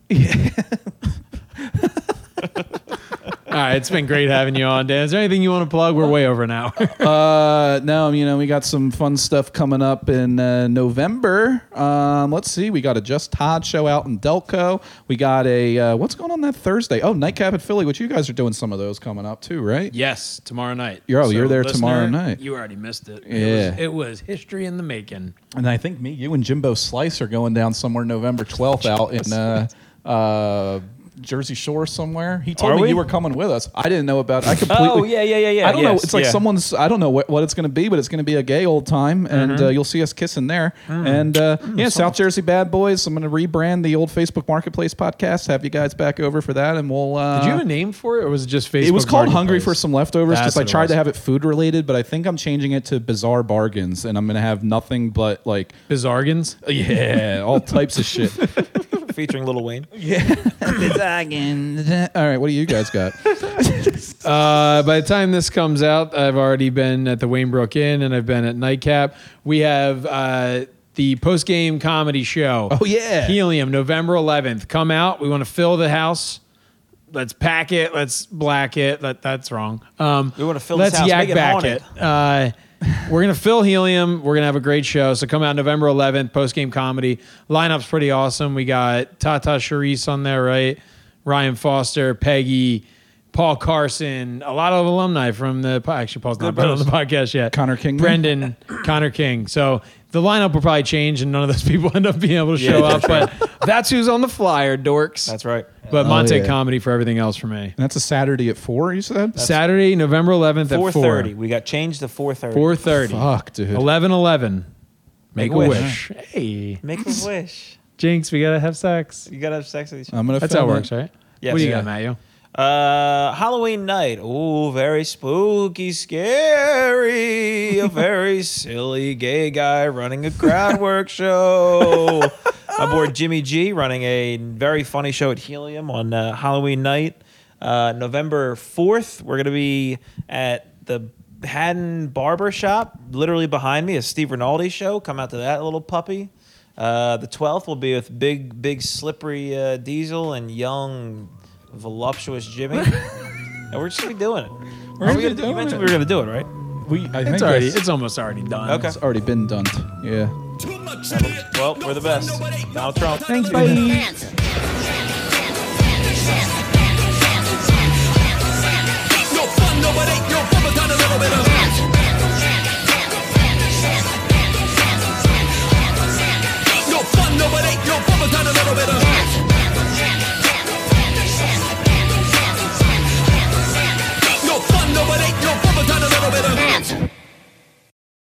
S4: All right, it's been great having you on, Dan. Is there anything you want to plug? We're way over an hour. [LAUGHS]
S3: Uh, no, you know, we got some fun stuff coming up in uh, November. Um, let's see, we got a Just Todd show out in Delco. We got a uh, what's going on that Thursday? Oh, nightcap at Philly, which you guys are doing some of those coming up too, right?
S4: Yes, tomorrow night.
S3: Yo, you're there tomorrow night.
S4: You already missed it.
S3: Yeah.
S4: It was, it was history in the making.
S3: And I think me, you, and Jimbo Slice are going down somewhere November twelfth out in uh, uh, Jersey Shore somewhere. He told
S5: Are
S3: me
S5: we?
S3: you were coming with us. I didn't know about. I completely.
S5: Oh, yeah, yeah, yeah, yeah,
S3: I don't know.
S5: yes,
S3: It's like
S5: yeah.
S3: someone's. I don't know what, what it's going to be, but it's going to be a gay old time, and uh, you'll see us kissing there. And uh, yeah, South Jersey Bad Boys. I'm going to rebrand the old Facebook Marketplace podcast. Have you guys back over for that, and we'll. Uh,
S4: Did you have a name for it, or was it just Facebook?
S3: it was called Hungry
S4: Marketplace?
S3: for Some Leftovers
S4: That's
S3: because I
S4: what it
S3: tried to
S4: was.
S3: have it food related, but I think I'm changing it to Bizarre Bargains, and I'm going to have nothing but like,
S4: Bizargans.
S3: Uh, yeah, all types of shit.
S5: featuring Little Wayne.
S3: All right, what do you guys got?
S4: Uh, by the time this comes out, I've already been at the Waynebrook Inn and I've been at Nightcap. We have uh, the post game comedy show.
S3: [LAUGHS] Oh, yeah.
S4: Helium, November 11th. Come out. We want to fill the house. Let's pack it. Let's black it. That, that's wrong. Um,
S5: We wanna fill
S4: let's
S5: this house,
S4: Yak
S5: make it
S4: back
S5: haunted.
S4: it. Uh, we're gonna fill helium. We're gonna have a great show. So come out November 11th, post game comedy lineup's pretty awesome. We got Tata Sharice on there, right? Ryan Foster, Peggy, Paul Carson, a lot of alumni from the po- actually Paul's not
S5: Good
S4: been on the
S5: post.
S4: podcast yet.
S3: Connor Kingman?
S4: Brendan, Connor King. So the lineup will probably change, and none of those [LAUGHS] people end up being able to show up. But that's who's on the flyer, dorks.
S5: That's right.
S4: But Monte
S3: yeah.
S4: comedy for everything else for me.
S3: And that's a Saturday at four. You said.
S4: Saturday, November 11th
S5: Four
S4: at
S5: thirty. We got changed to four thirty.
S4: 4:30.
S3: Fuck, dude.
S4: 11 11. Make,
S5: Make
S4: a
S5: a
S4: wish. Hey.
S5: Make a wish.
S4: Jinx, we got to have sex.
S5: You gotta have sex with each other.
S3: I'm gonna.
S4: That's how it
S3: film
S4: works, right?
S5: Yes.
S4: What do you
S5: Yeah.
S4: got, Matt? You?
S5: Uh, Halloween night. Ooh, very spooky, scary. A very silly gay guy running a crowd work show. Aboard Jimmy G running a very funny show at Helium on uh, Halloween night. Uh, November 4th, we're going to be at the Haddon Barber Shop, literally behind me, a Steve Rinaldi show. Come out to that little puppy. Uh, the 12th will be with Big, Big Slippery uh, Diesel and Young voluptuous
S3: [LAUGHS]
S5: Jimmy. and we're just gonna be doing it. We're
S3: gonna be
S5: gonna,
S3: doing
S5: you mentioned
S3: it.
S5: we were gonna do it, right?
S3: We. I think
S4: It's already.
S3: that's-
S4: It's almost already done.
S5: Okay.
S3: it's already been done. Yeah.
S1: Too much shit.
S5: Well, we're the best. Donald Trump.
S1: Thanks, buddy.